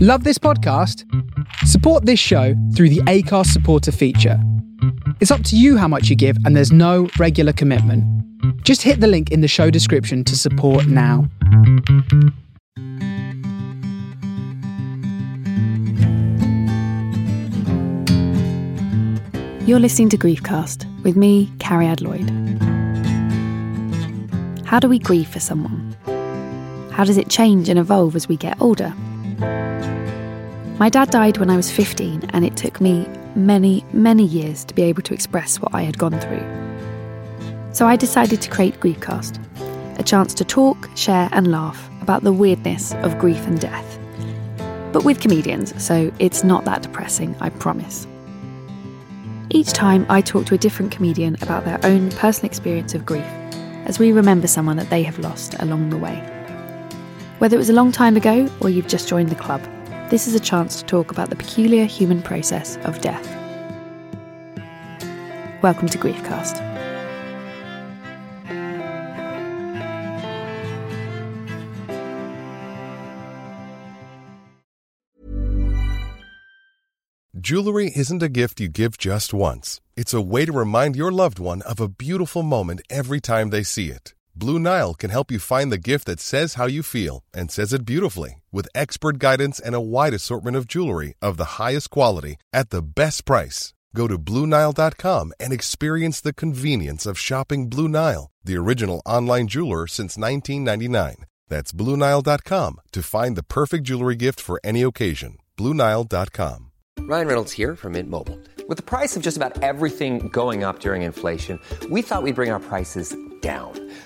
Love this podcast? Support this show through the ACARS supporter feature. It's up to you how much you give, and there's no regular commitment. Just hit the link in the show description to support now. You're listening to Griefcast with me, Carrie Adloyd. How do we grieve for someone? How does it change and evolve as we get older? My dad died when I was 15, and it took me many, many years to be able to express what I had gone through. So I decided to create Griefcast, a chance to talk, share, and laugh about the weirdness of grief and death. But with comedians, so it's not that depressing, I promise. Each time, I talk to a different comedian about their own personal experience of grief as we remember someone that they have lost along the way. Whether it was a long time ago or you've just joined the club, this is a chance to talk about the peculiar human process of death. Welcome to Griefcast. Jewelry isn't a gift you give just once. It's a way to remind your loved one of a beautiful moment every time they see it. Blue Nile can help you find the gift that says how you feel and says it beautifully with expert guidance and a wide assortment of jewelry of the highest quality at the best price. Go to BlueNile.com and experience the convenience of shopping Blue Nile, the original online jeweler since 1999. That's BlueNile.com to find the perfect jewelry gift for any occasion. BlueNile.com. Ryan Reynolds here from Mint Mobile. With the price of just about everything going up during inflation, we thought we'd bring our prices down.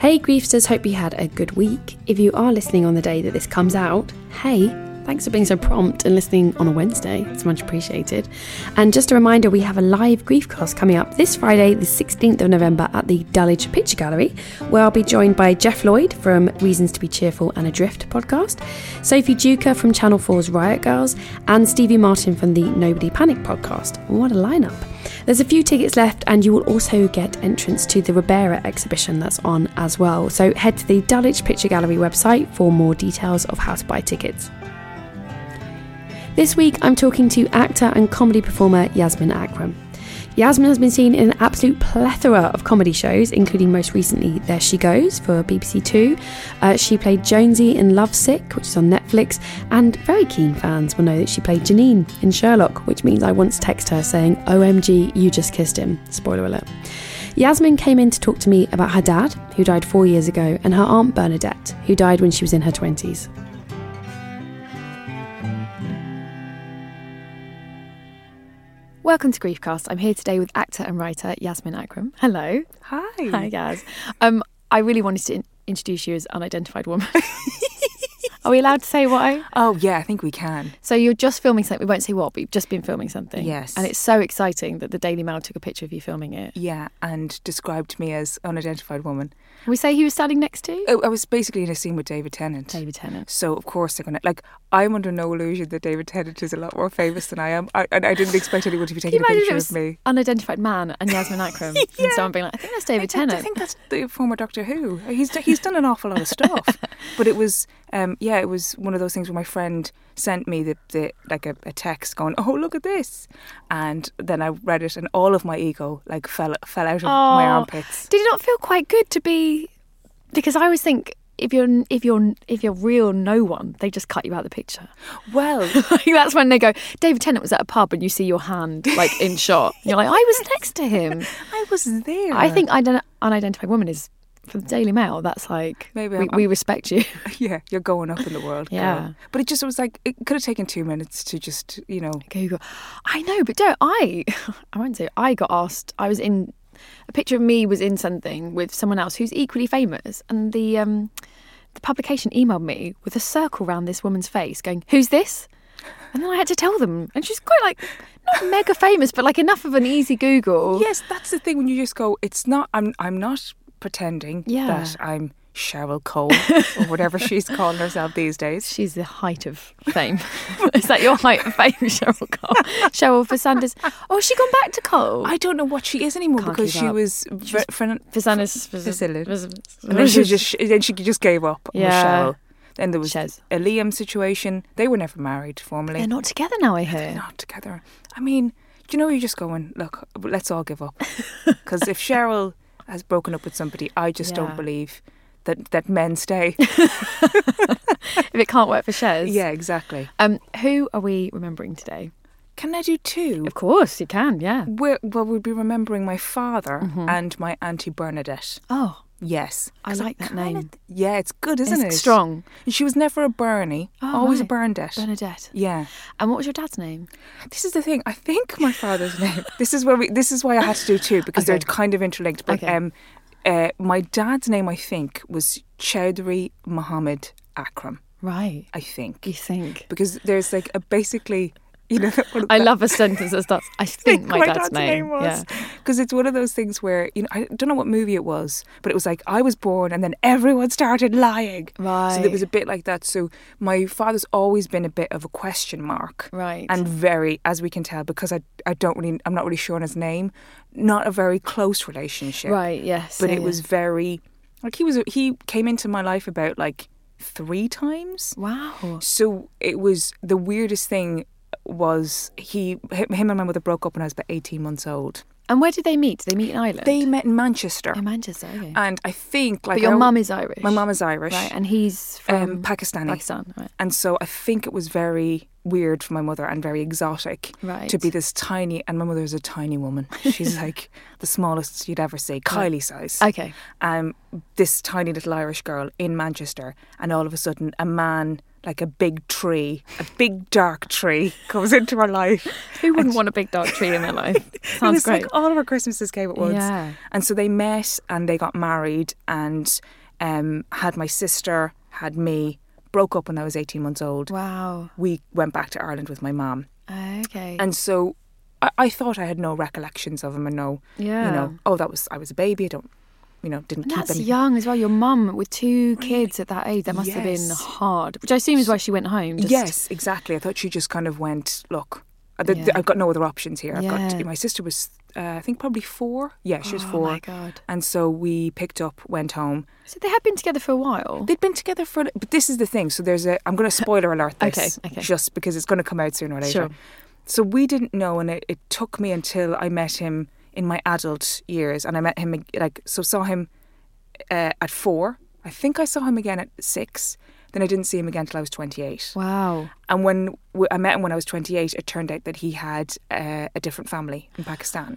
Hey Griefsters, hope you had a good week. If you are listening on the day that this comes out, hey, thanks for being so prompt and listening on a Wednesday. It's much appreciated. And just a reminder, we have a live Griefcast coming up this Friday, the 16th of November at the Dulwich Picture Gallery, where I'll be joined by Jeff Lloyd from Reasons to be Cheerful and Adrift podcast, Sophie Duca from Channel 4's Riot Girls, and Stevie Martin from the Nobody Panic podcast. What a lineup! There's a few tickets left, and you will also get entrance to the Ribera exhibition that's on as well. So head to the Dulwich Picture Gallery website for more details of how to buy tickets. This week, I'm talking to actor and comedy performer Yasmin Akram. Yasmin has been seen in an absolute plethora of comedy shows, including most recently There She Goes for BBC Two. Uh, she played Jonesy in Love Sick, which is on Netflix, and very keen fans will know that she played Janine in Sherlock, which means I once texted her saying, OMG, you just kissed him. Spoiler alert. Yasmin came in to talk to me about her dad, who died four years ago, and her aunt Bernadette, who died when she was in her 20s. Welcome to Griefcast. I'm here today with actor and writer Yasmin Akram. Hello. Hi. Hi, Yas. Um, I really wanted to in- introduce you as unidentified woman. Are we allowed to say why? Oh yeah, I think we can. So you're just filming something. We won't say what, but you've just been filming something. Yes. And it's so exciting that the Daily Mail took a picture of you filming it. Yeah, and described me as unidentified woman. Can we say who you were standing next to? I, I was basically in a scene with David Tennant. David Tennant. So of course they're gonna like. I'm under no illusion that David Tennant is a lot more famous than I am. I, and I didn't expect anyone to be Can you taking a imagine if picture it was of me. unidentified man and Yasmin Akram and someone being like, I think that's David I think- Tennant. I think that's the former Doctor Who. He's d- he's done an awful lot of stuff, but it was um, yeah, it was one of those things where my friend sent me the, the like a, a text going, oh look at this, and then I read it and all of my ego like fell fell out of my Oh, armpits. Did it not feel quite good to be? Because I always think if you're if you're if you're real no one, they just cut you out of the picture. Well, Like, that's when they go. David Tennant was at a pub, and you see your hand like in shot. You're like, I was next to him. I was there. I think ident- unidentified woman is for the Daily Mail. That's like Maybe we, I'm- we respect you. yeah, you're going up in the world. girl. Yeah. but it just was like it could have taken two minutes to just you know. Google. I know, but don't I? I won't say I got asked. I was in a picture of me was in something with someone else who's equally famous, and the um, the publication emailed me with a circle round this woman's face, going, "Who's this?" And then I had to tell them. And she's quite like, not mega famous, but like enough of an easy Google. Yes, that's the thing when you just go, it's not, I'm, I'm not pretending Yeah. that I'm Cheryl Cole or whatever she's calling herself these days. She's the height of fame. Is that your height of fame, Cheryl Cole? Cheryl for Sanders. Oh, has she gone back to Cole? I don't know what she is anymore Can't because keep she up. was, She was fr- fr- for Sanders. Facility. And then she just then she just gave up. on Yeah. Michelle. Then there was Shez. a Liam situation. They were never married formally. They're not together now, I They're hear. not together. I mean, do you know you're just going? Look, let's all give up. Because if Cheryl has broken up with somebody, I just Yeah. don't believe that that men stay. If it can't work for Shez. yeah, exactly. Um, who are we remembering today? Can I do two? Of course, you can, yeah. We're, well, we'll be remembering my father and my auntie Bernadette. Oh, Yes, Mm-hmm. I 'Cause like that kinda name. th- yeah, it's good, isn't it's it? strong. She was never a Bernie, Oh, always a right. Bernadette. Bernadette. Yeah. And what was your dad's name? This is the thing. I think my father's name. This is where we. This is why I had to do two because they're Okay. kind of interlinked. But Okay. um, uh, my dad's name, I think, was Chowdhury Mohammed Akram. Right. I think You think? because there's like a basically, you know, one of I the- love a sentence that starts, I think my dad's, name. was Yeah. because it's one of those things where you know I don't know what movie it was, but it was like I was born and then everyone started lying. So Right. there was a bit like that. So my father's always been a bit of a question mark. Right. And very, as we can tell, because I I don't really I'm not really sure on his name, not a very close relationship. Right, yes. But yeah, it yeah. was very like he was he came into my life about like three times. Wow. So it was the weirdest thing was he him him and my mother broke up when I was about 18 months old. And where did they meet? Did they meet in Ireland? They met in Manchester. in Manchester. Okay. and I think like but your I- mum is Irish. my mum is Irish. Right, and he's from um, Pakistani. Pakistan. Right. And so I think it was very weird for my mother and very exotic Right. to be this tiny and my mother is a tiny woman. She's like the smallest you'd ever see, Kylie size. Okay. um, this tiny little Irish girl in Manchester, and all of a sudden, a man like a big tree, a big dark tree, comes into her life. Who wouldn't want a big dark tree in their life? It Sounds was great. like oh. all of her Christmases came at once. Yeah. And so they met and they got married and um, had my sister, had me, broke up when I was 18 months old. wow. We went back to Ireland with my mum. Okay. And so I, I thought I had no recollections of him and no, Yeah. you know, oh, that was, I was a baby. I don't, you know, didn't And keep that's anything. young as well. Your mum with two kids at that age, that must have been Yes. hard. Which I assume is why she went home. Just, Yes, exactly. I thought she just kind of went, look, I- th- th- Yeah. I've got no other options here. I've Yeah. got my sister was, uh, I think, probably four. Yeah, she was Oh four. my God. And so we picked up, went home. So they had been together for a while. They'd been together for, but this is the thing. So there's a, I'm going to spoiler alert this, Okay, okay. just because it's going to come out sooner or later. Sure. So we didn't know, and it, it took me until I met him in my adult years, and I met him ag- like so saw him uh, at four. I think I saw him again at six. Then I didn't see him again till I was 28. Wow. And when w- I met him when I was 28, it turned out that he had uh, a different family in Pakistan,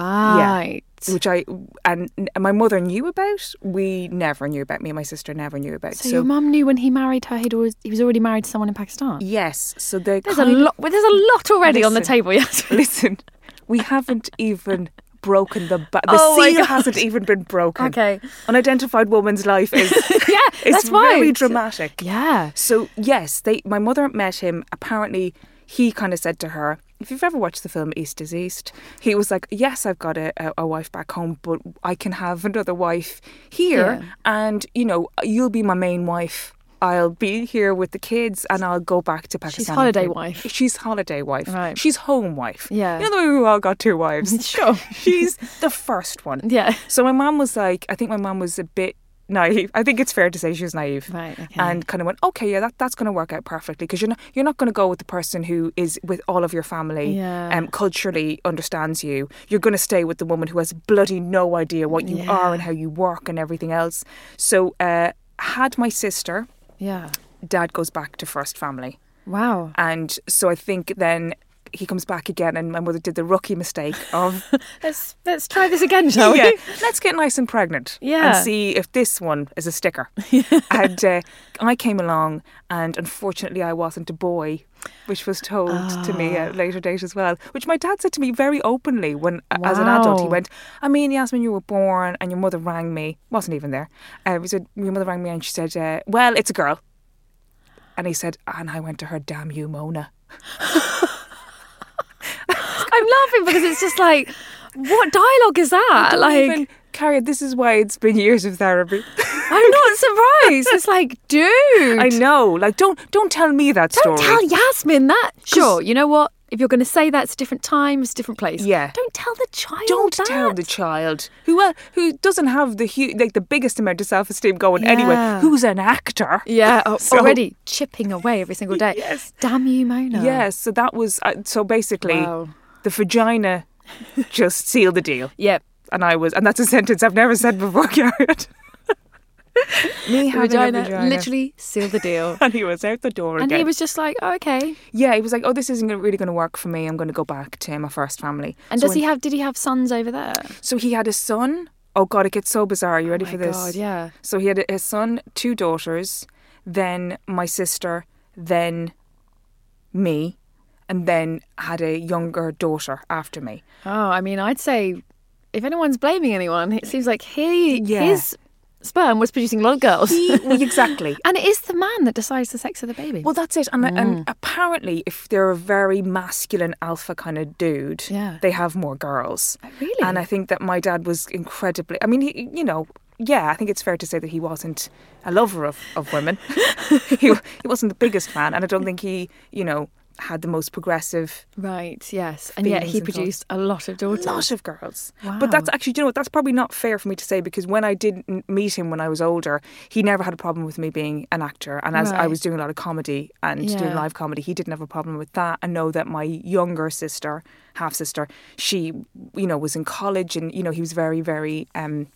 Right. which I and, and my mother knew about. We never knew about. Me and my sister never knew about. So, your mum knew when he married her, he'd always, he was already married to someone in Pakistan. yes, so they're There's a kind of- lot. Well, there's a lot already on the Listen. table. Yes. Listen, we haven't even broken the ba- the Oh my seal God. hasn't even been broken. Okay. unidentified woman's life is yeah. it's that's why. very dramatic. Yeah. So yes, they my mother met him. Apparently, he kind of said to her, "If you've ever watched the film East is East, he was like, yes, I've got a, a, a wife back home, but I can have another wife here, Yeah. and you know, you'll be my main wife." I'll be here with the kids and I'll go back to Pakistan. holiday wife. She's holiday wife. Right. She's home wife. Yeah. You know the way we all got two wives. Sure. She's the first one. Yeah. So my mom was like, I think my mom was a bit naive. I think it's fair to say she was naive. Right, okay. And kind of went, okay, yeah, that, that's going to work out perfectly because you're not you're not going to go with the person who is with all of your family, Yeah. um, culturally understands you. You're going to stay with the woman who has bloody no idea what you are and how you work and everything else. So uh, had my sister, Yeah. dad goes back to first family. Wow. And so I think then he comes back again, and my mother did the rookie mistake of Let's let's try this again, shall we? yeah, let's get nice and pregnant. Oh, Yeah. And see if this one is a sticker. and uh, I came along, and unfortunately, I wasn't a boy, which was told to me Ah. at a later date as well. Which my dad said to me very openly when, uh, as an adult, he Wow. went, I mean, Yasmin, you were born, and your mother rang me, wasn't even there. Uh, he said, Your mother rang me, and she said, uh, Well, it's a girl. And he said, And I went to her, Damn you, Mona. I'm laughing because it's just like, what dialogue is that? Like, Even, Carrie, this is why it's been years of therapy. I'm not surprised. It's like, dude. I know. Like, don't don't tell me that Don't story. tell Yasmin that. Sure, you know what? If you're going to say that, it's a different time, it's a different place. Yeah. Don't tell the child. Don't that. tell the child who uh, who doesn't have the hu- like the biggest amount of self esteem going anyway. Yeah. Who's an actor? Yeah, oh, So- already chipping away every single day. Yes. Damn you, Mona. Yeah. So that was uh, so basically Wow. the vagina just sealed the deal, Yep. and I was, and that's a sentence I've never said before, Garrett. Me The having vagina, a vagina. literally sealed the deal. And he was out the door and again. he was just like, oh, okay. yeah, he was like, "Oh, this isn't gonna- really going to work for me. I'm going to go back to my first family." And So does when- he have? Did he have sons over there? So he had a son. Oh God, it gets so bizarre. Are you ready Oh my for this? God, yeah. So he had a, a son, two daughters, then my sister, then me, and then had a younger daughter after me. Oh, I mean, I'd say if anyone's blaming anyone, it seems like he Yeah. his sperm was producing a lot of girls. He- well, exactly. and it is the man that decides the sex of the baby. Well, that's it. And, Mm. and apparently, if they're a very masculine alpha kind of dude, Yeah. Oh, they have more girls. really? And I think that my dad was incredibly. I mean, he, you know, yeah, I think it's fair to say that he wasn't a lover of, of women. he, he wasn't the biggest fan, and I don't think he, you know, had the most progressive Right, yes. And yet Feelings he and thoughts. produced a lot of daughters. lot of girls. But that's Wow. actually, do you know what? That's probably not fair for me to say because when I did n- meet him when I was older, he never had a problem with me being an actor. And as I Right. was doing a lot of comedy and doing Yeah. live comedy, he didn't have a problem with that. I know that my younger sister, half sister, she, you know, was in college and, you know, he was very, very. Um,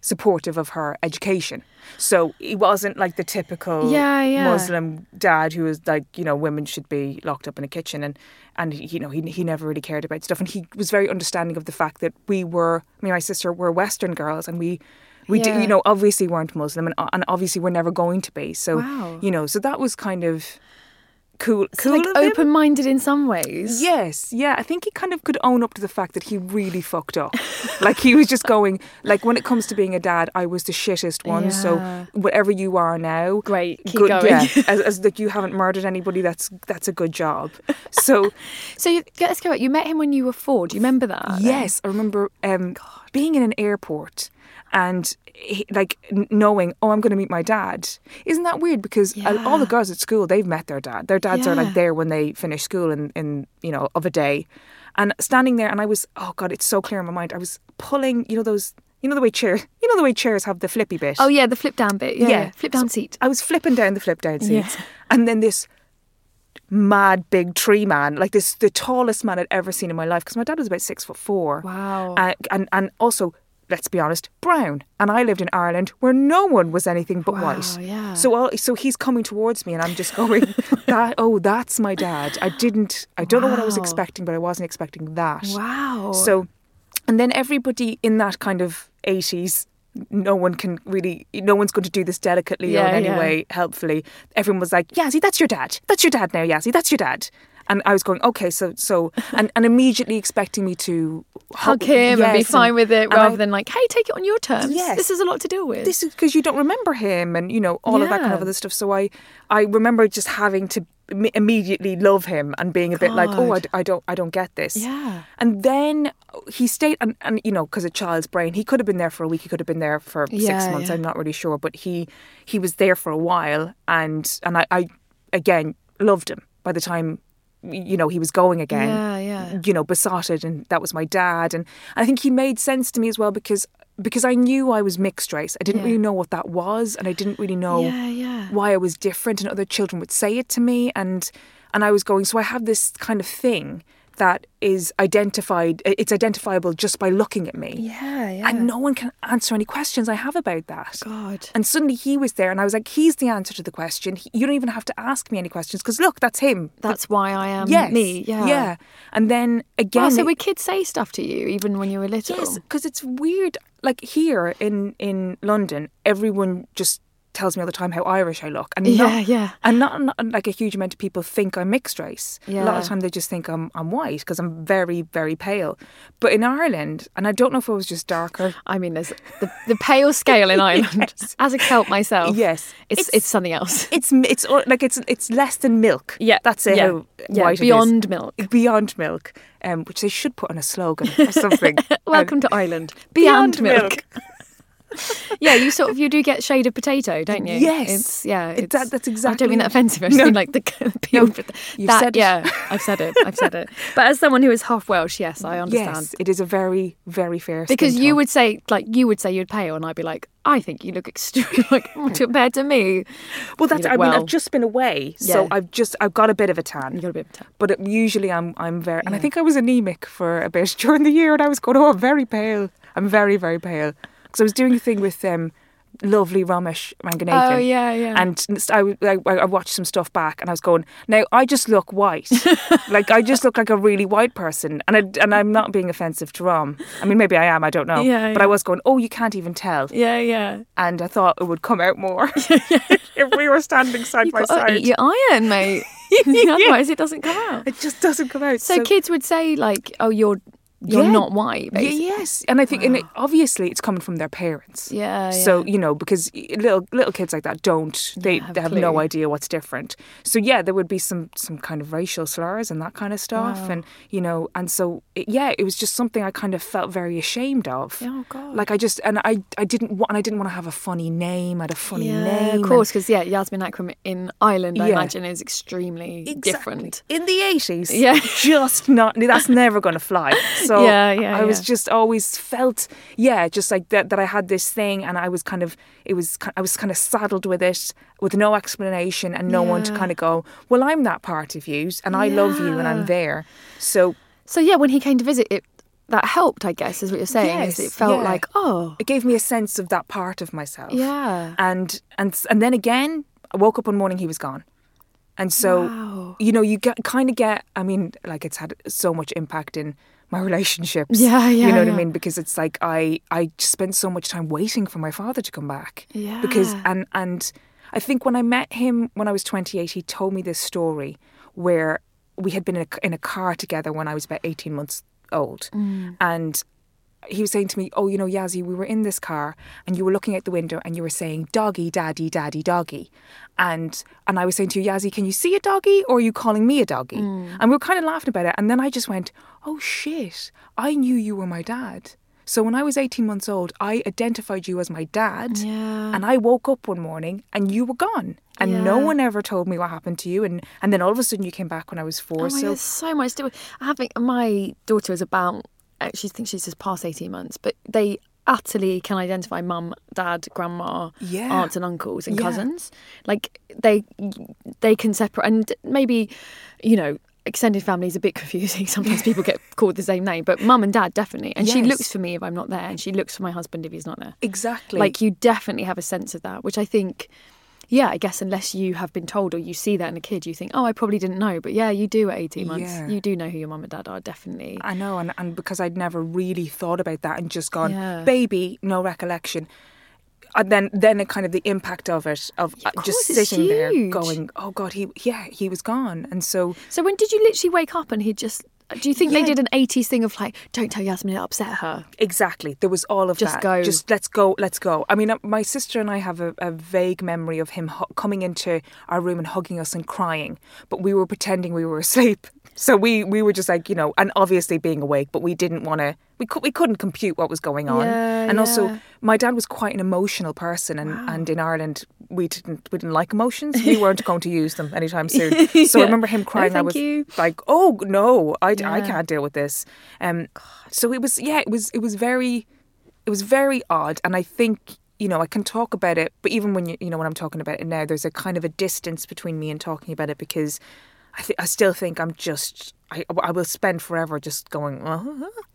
supportive of her education so he wasn't like the typical Yeah, yeah. muslim um, dad who was like you know women should be locked up in a kitchen and and you know he, he never really cared about stuff and he was very understanding of the fact that we were me and my sister were western girls and we we did, Yeah. you know obviously weren't muslim and, and obviously we're never going to be so Wow. you know so that was kind of cool So, cool like of him. open minded in some ways. Yes, yeah. I think he kind of could own up to the fact that he really fucked up. like he was just going like when it comes to being a dad, I was the shittest one. Yeah. So whatever you are now, Great, keep good, going. Yeah, as, as that you haven't murdered anybody, that's that's a good job. So So you, let's go. You met him when you were four. Do you remember that? yes, I remember um, being in an airport and he, like n- knowing, oh, I'm going to meet my dad. Isn't that weird? Because uh, all the Yeah. girls at school, they've met their dad. Their dads are Yeah. like there when they finish school in, in you know of a day, and standing there, and I was, oh god, it's so clear in my mind. I was pulling, you know those, you know the way chair, you know the way chairs have the flippy bit. Oh yeah, the flip down bit. Yeah, Yeah. yeah. flip down seat. I was flipping down the flip down Yeah. seats, and then this mad big tree man, like this, the tallest man I'd ever seen in my life, because my dad was about six foot four. Wow. Uh, and and also, let's be honest, brown. And I lived in Ireland where no one was anything but white. yeah. So all, so he's coming towards me, and I'm just going, that oh, that's my dad. I didn't, I don't know what I was Wow. expecting, but I wasn't expecting that. Wow. So, and then everybody in that kind of 80s, no one can really, no one's going to do this delicately or Yeah, in any yeah. way helpfully. Everyone was like, Yazzie, that's your dad. That's your dad now, Yazzie, that's your dad. And I was going, okay, so, so, and, and immediately expecting me to hug him and be oh, Yes, fine with it, and rather I- than like, hey, take it on your terms. Yes. This is a lot to deal with. this is because you don't remember him and you know all of that kind Yeah. of other stuff so i i remember just having to im- immediately love him and being a bit like oh I, God. d- I don't i don't get this Yeah. and then he stayed and, and you know because a child's brain he could have been there for a week he could have been there for six Yeah, months yeah. i'm not really sure but he he was there for a while and and i, I again loved him by the time you know he was going again Yeah, yeah. you know besotted and that was my dad and i think he made sense to me as well because because i knew i was mixed race i didn't Yeah. really know what that was and i didn't really know Yeah, yeah. why i was different and other children would say it to me and and i was going so i have this kind of thing that is identified it's identifiable just by looking at me yeah, yeah. and no one can answer any questions i have about that God. and suddenly he was there and i was like he's the answer to the question He- you don't even have to ask me any questions because look that's him That's why I am yes me. Yeah. yeah and then again Wow, so it- would kids say stuff to you even when you were little? Yes, because it's weird. Like here in in London, everyone just tells me all the time how Irish I look, and Yeah, not, yeah. and not, not like a huge amount of people think I'm mixed race. A lot Yeah. of time they just think I'm I'm white because I'm very very pale. But in Ireland, and I don't know if it was just darker. I mean, there's the, the pale scale in Ireland. As a Celt myself, Yes. it's, it's It's- something else. It's it's or- like it's it's less than milk. Yeah, that's it. yeah, How yeah, white it is. beyond milk. Beyond milk, um, which they should put on a slogan or something. Welcome Um, to Ireland. Beyond, milk. milk. yeah, you sort of you do get shade of potato, don't you? Yes. It's yeah. It- It's, that- that's I don't mean exactly- that offensive. I just No. mean like the No, peeled. pota- you've that, said it. yeah, I've said it. I've said it. But as someone who is half Welsh, yes, I understand. Yes, it is a very very fair. skin Because you tone. would say like you would say you'd pale, and I'd be like, I think you look extremely like compared to me. Well, that's. look I mean, well. I've just been away, Yeah. so I've just I've got a bit of a tan. You got a bit of a tan. But it, usually I'm I'm very, and I think I was anemic for a bit during the year, and I was going, oh, I'm very pale. I'm very very pale because I was doing a thing with um, lovely Ramesh Ranganathan. Oh, yeah, yeah. And s- I, w- I I watched some stuff back, and I was going, now I just look white, like I just look like a really white person, and I, and I'm not being offensive to Ram. I mean, maybe I am. I don't know. Yeah, but yeah. I was going, oh, you can't even tell Yeah, yeah. and I thought it would come out more if we were standing side You by have got uh, to side. eat your iron, mate. Otherwise, it doesn't come out. It just doesn't come out. So, kids would say like, "Oh, you're you're Yeah. not white." Y- Basically. yes, and I think, and it, obviously, it's coming from their parents. Yeah, So yeah. you know, because y- little little kids like that don't they have a they have no clue. idea what's different. So yeah, there would be some some kind of racial slurs and that kind of stuff, and you know, and so it, yeah, it was just something I kind of felt very ashamed of. Oh, God. Like I just and I I didn't want and I didn't want to have a funny name. I had a funny name. of and- course, because yeah, Yasmin Akram in Ireland, I Yeah. imagine, is extremely different. in the eighties. Yeah. just not. That's never going to fly. So Yeah, yeah, I was yeah. just always felt, yeah, just like that. That I had this thing, and I was kind of, it was, ki- I was kind of saddled with it, with no explanation, and no one to Yeah. kind of go, well, I'm that part of you, and I love you, and Yeah. I'm there. So So yeah, when he came to visit, it that helped, I guess, is what you're saying. is Yes, it felt yeah. like, oh, it gave me a sense of that part of myself. yeah, and and and then again i woke up one morning he was gone and so you know you get kind of get i mean like it's had so much impact in my relationships Yeah, yeah, you know what yeah. i mean because it's like i i spent so much time waiting for my father to come back because Yeah. and and i think when i met him when i was 28 he told me this story where we had been in a, in a car together when i was about 18 months old and he was saying to me, Oh, you know, Yazzie, we were in this car and you were looking out the window and you were saying, Doggy, daddy, daddy, doggy. And and I was saying to you, Yazzie, can you see a doggy or are you calling me a doggy? And we were kind of laughing about it. And then I just went, Oh shit, I knew you were my dad. So when I was 18 months old, I identified you as my dad. Yeah. And I woke up one morning and you were gone. And no Yeah. one ever told me what happened to you. And, and then all of a sudden you came back when I was four. Oh my, so there's so much. To, having my daughter is about, uh, she thinks she's just past eighteen months, but they utterly can identify mum, dad, grandma, Yeah. aunts and uncles and Yeah. cousins. Like they, they can separate, and maybe, you know. Extended family is a bit confusing. Sometimes people get called the same name, but mum and dad definitely. And she Yes. looks for me if I'm not there, and she looks for my husband if he's not there. exactly. Like you definitely have a sense of that, which I think, yeah, I guess unless you have been told or you see that in a kid, you think, oh, I probably didn't know, but yeah, you do at eighteen months, Yeah. you do know who your mum and dad are, definitely. I know, and, and because I'd never really thought about that and just gone, Yeah. baby, no recollection. And then, then it kind of the impact of it, of, uh, course, just it's sitting there huge. going, oh God, he, yeah, he was gone. And so, So when did you literally wake up and he just? Do you think they Yeah. did an eighties thing of like, don't tell Yasmin, it upset her? exactly, there was all of Just that. go. Just let's go, let's go. I mean, uh, my sister and I have a, a vague memory of him hu- coming into our room and hugging us and crying, but we were pretending we were asleep. So we, we were just like, you know, and obviously being awake, but we didn't want to, we, could, we couldn't compute what was going on. Yeah, and also, yeah. my dad was quite an emotional person, and, and in Ireland we didn't we didn't like emotions. We weren't going to use them anytime soon. So Yeah. I remember him No, crying. Oh, I thank was you. like, "Oh no, I, I Yeah. can't deal with this." Um, so it was yeah, it was it was very it was very odd, and I think you know I can talk about it, but even when you you know when I'm talking about it now, there's a kind of a distance between me and talking about it because I th- I still think I'm just I I will spend forever just going uh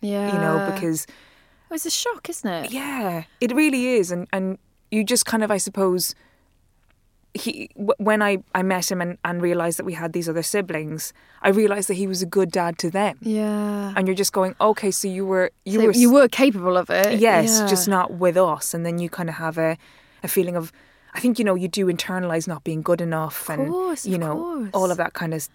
Yeah, you know because it was a shock, isn't it? yeah, it really is, and and you just kind of, I suppose, he w- when I I met him and and realized that we had these other siblings, I realized that he was a good dad to them, yeah. and you're just going, okay, so you were you So were you s- were capable of it. yes, yeah. just not with us, and then you kind of have a a feeling of. I think you know you do internalize not being good enough, and course, of you know course. all of that kind of s-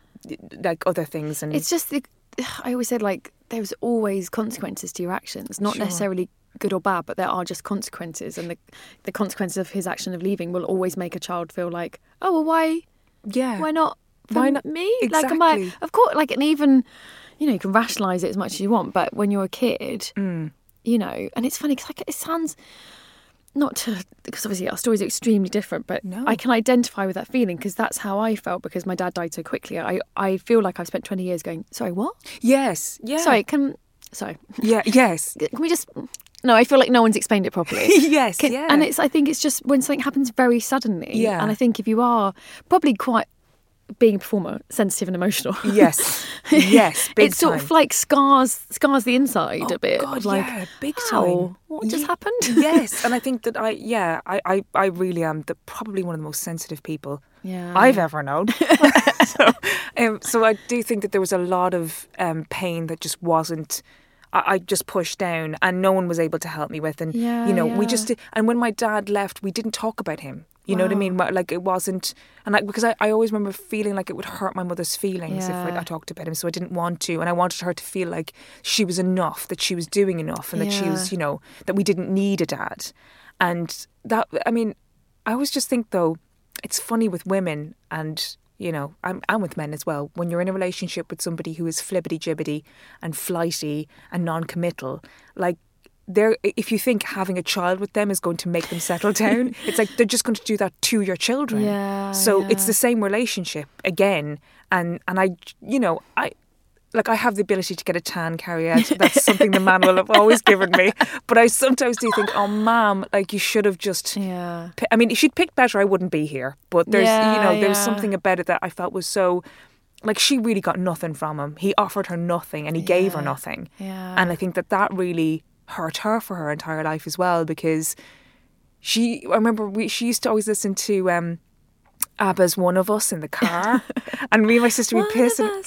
like other things. And It's just the. I always said like there's always consequences to your actions, not necessarily good or bad, but there are just consequences, and the the consequences of his action of leaving will always make a child feel like, oh well, why yeah, why not? For Why not- me? Like am I? Exactly. Of course, like and even you know you can rationalize it as much as you want, but when you're a kid, Mm. you know, and it's funny because like, it sounds not to because obviously our stories are extremely different, but No. I can identify with that feeling because that's how I felt because my dad died so quickly. I I feel like I've spent 20 years going, sorry, what? Yes. Yeah. Sorry, can sorry, Yeah. Yes. can we just? No, I feel like no one's explained it properly. Yes, Can- yeah. And it's I think it's just when something happens very suddenly. Yeah. And I think if you are probably quite being a performer, sensitive and emotional. Yes. Yes. Big it sort of time. like scars scars the inside a bit. Oh, God, like, yeah, big "Ow, time. What just Ye- happened? yes, and I think that I yeah I I, I really am the, probably one of the most sensitive people Yeah. I've ever known. so, um, so I do think that there was a lot of um, pain that just wasn't. I I just pushed down, and no one was able to help me with. And Yeah, you know, we yeah. just and when my dad left, we didn't talk about him. You know what I Wow. mean? But, Like it wasn't, and like because I, I always remember feeling like it would hurt my mother's feelings if Yeah. I, I talked about him. So I didn't want to, and I wanted her to feel like she was enough, that she was doing enough, and that she Yeah. was, you know, that we didn't need a dad. And that, I mean, I always just think though, it's funny with women and, you know, I'm, and with men as well. When you're in a relationship with somebody who is flibbity jibbity and flighty and non committal, like, they're, if you think having a child with them is going to make them settle down, it's like they're just going to do that to your children. Yeah, so it's yeah. the same relationship again, and and I, you know, I like I have the ability to get a tan carry out. That's something the man will have always given me. But I sometimes do think, oh, ma'am, like you should have just. Yeah. pi- I mean, if she'd picked better, I wouldn't be here. But there's, you Yeah, know, there was yeah. something about it that I felt was so. Like she really got nothing from him. He offered her nothing, and he gave her Yeah, nothing. yeah. And I think that that really hurt her for her entire life as well because she. I remember we, she used to always listen to. um ABBA's One of Us in the car. and me and my sister, we piss and, and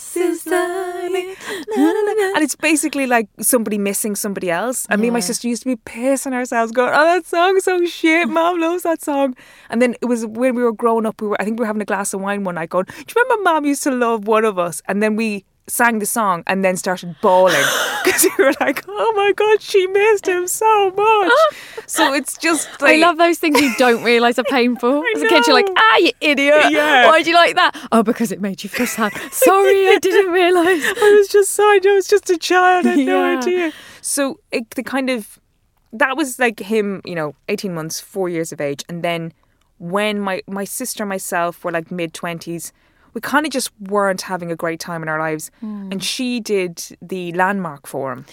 it's basically like somebody missing somebody else. And me and my sister used to be pissing ourselves, going, "Oh, that song's so shit. Mom loves that song." And then it was when we were growing up. We were, I think, we were having a glass of wine one night, going, "Do you remember Mom used to love one of us?" And then we sang the song and then started bawling because we were like, "Oh my god, she missed him so much." so it's just like I love those things you don't realise are painful. As a kid, you're like, know. ah, you idiot. Yeah. Why do you like that? Oh, because it made you feel sad. Sorry, I didn't realise. I was just so I know it's just a child. I had Yeah. no idea. So it, the kind of that was like him, you know, eighteen months, four years of age, and then when my my sister and myself were like mid twenties, we kind of just weren't having a great time in our lives, and she did the landmark forum.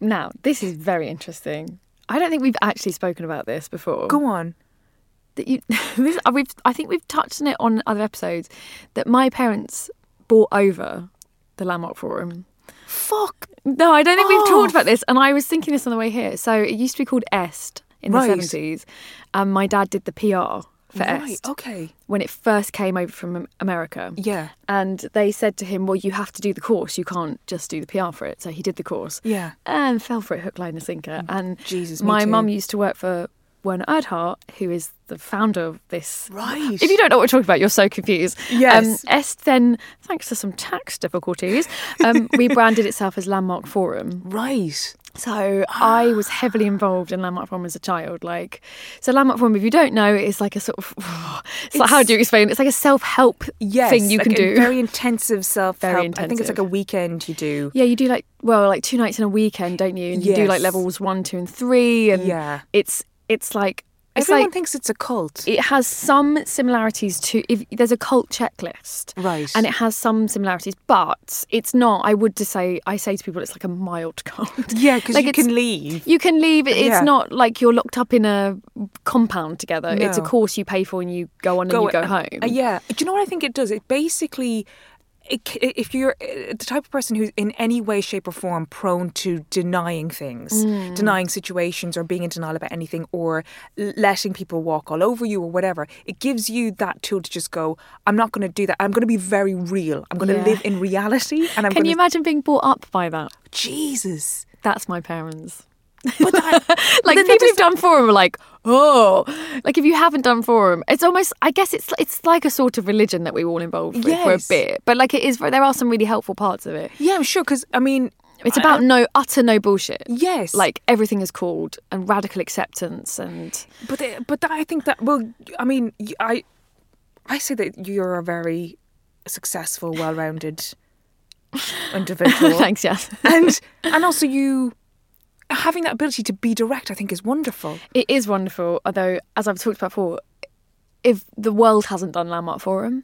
Now, this is very interesting. I don't think we've actually spoken about this before. Go on. that you this, uh, we've I think we've touched on it on other episodes that my parents bought over the landmark forum. Fuck. No, I don't think we've talked about this. And I was thinking this on the way here. So it used to be called Est in Right. the seventies, and my dad did the PR for Right. Est Okay. when it first came over from Am- America. Yeah. And they said to him, "Well, you have to do the course. You can't just do the PR for it." So he did the course Yeah. and fell for it hook, line, and sinker. And Mm. Jesus, me my too. mum used to work for Werner Erdhart, who is the founder of this. Right. If you don't know what we're talking about, you're so confused. Yes. Um, Est then, thanks to some tax difficulties, um, rebranded itself as Landmark Forum. Right. So I ah. was heavily involved in Landmark Forum as a child. Like, so Landmark Forum, if you don't know, is like a sort of, it's, like how do you explain? it? It's like a self help Yes. thing you like can a do. Very intensive self help. Very I think it's like intensive. a weekend you do. Yeah, you do like well, like two nights in a weekend, don't you? And you do like Yes. levels one, two, and three, and Yeah. it's it's like it's Everyone like thinks it's a cult. it has some similarities to if there's a cult checklist, Right. And it has some similarities, but it's not. I would just say I say to people it's like a mild cult. Yeah, 'cause you it's- can leave. You can leave. It's Yeah. not like you're locked up in a compound together. It's a No. course you pay for and you go on and you go uh, home. uh, yeah. Do you know what I think it does? It basically, it, c- if you're uh, the type of person who's in any way, shape, or form prone to denying things, Mm. denying situations, or being in denial about anything, or l- letting people walk all over you, or whatever, it gives you that tool to just go, I'm not going to do that. I'm going to be very real. I'm going to Yeah. live in reality. And I'm Can gonna, you imagine being brought up by that? Jesus. That's my parents. But that, like the then people they who've done forum are like, oh, like if you haven't done forum, it's almost. I guess it's it's like a sort of religion that we're all involved with for a Yes. bit. But like it is, there are some really helpful parts of it. Yeah, I'm sure. Because I mean, It's I- about I- no utter no bullshit. yes, Like everything is called and radical acceptance and but they, but that, I think that well, I mean, y- I I say that you're a very successful, well-rounded individual. thanks, yes. and and also you having that ability to be direct, I think, is wonderful. It is wonderful, although as I've talked about before, if the world hasn't done Landmark Forum,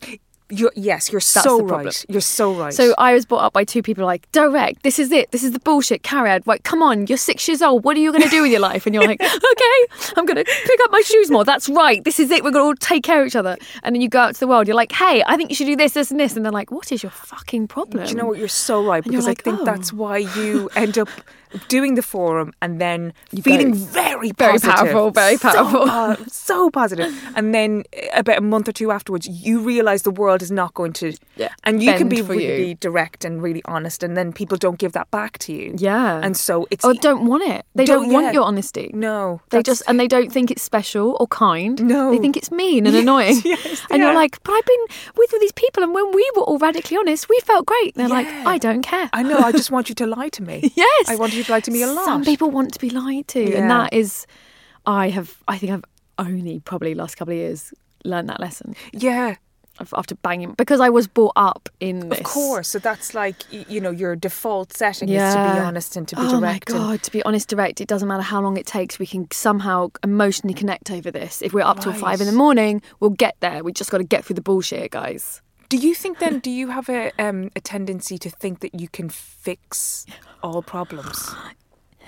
You're, yes, you're That's so the problem. right. You're so right. So I was brought up by two people like, direct, this is it, this is the bullshit, carried. Like, come on, you're six years old, what are you going to do with your life? And you're like, okay, I'm going to pick up my shoes more. That's right, this is it, we're going to all take care of each other. And then you go out to the world, you're like, hey, I think you should do this, this, and this. And they're like, what is your fucking problem? Do you know what? You're so right And you're because like, I think "Oh." that's why you end up doing the forum and then go- feeling very very positive, powerful, very so powerful. po- so positive. And then uh, about a month or two afterwards, you realize the world is not going to, Yeah, and you can bend be for really you. direct and really honest, and then people don't give that back to you. Yeah. and so it's Or don't want it. They don't, Don't- want yeah. your honesty. no, They that's- just and they don't think it's special or kind. No. they think it's mean and annoying. yes, and you're yeah. like, but I've been with all these people, and when we were all radically honest, we felt great. And they're like, Yeah. I don't care. I know. I just want you to lie to me. yes, I want you to lie to me a lot. Some people want to be lied to, Yeah. and that is, I have. I think I've only probably last couple of years learned that lesson yeah. af- after banging because I was brought up in this. Of course. So that's like y- you know your default setting is to be Yeah. honest and to be oh direct. my and- god! To be honest, direct. It doesn't matter how long it takes. We can somehow emotionally connect over this. If we're up till five in the morning, we'll get there. We just got to get through the bullshit, guys. Do you think then? Do you have a um, a tendency to think that you can fix all problems?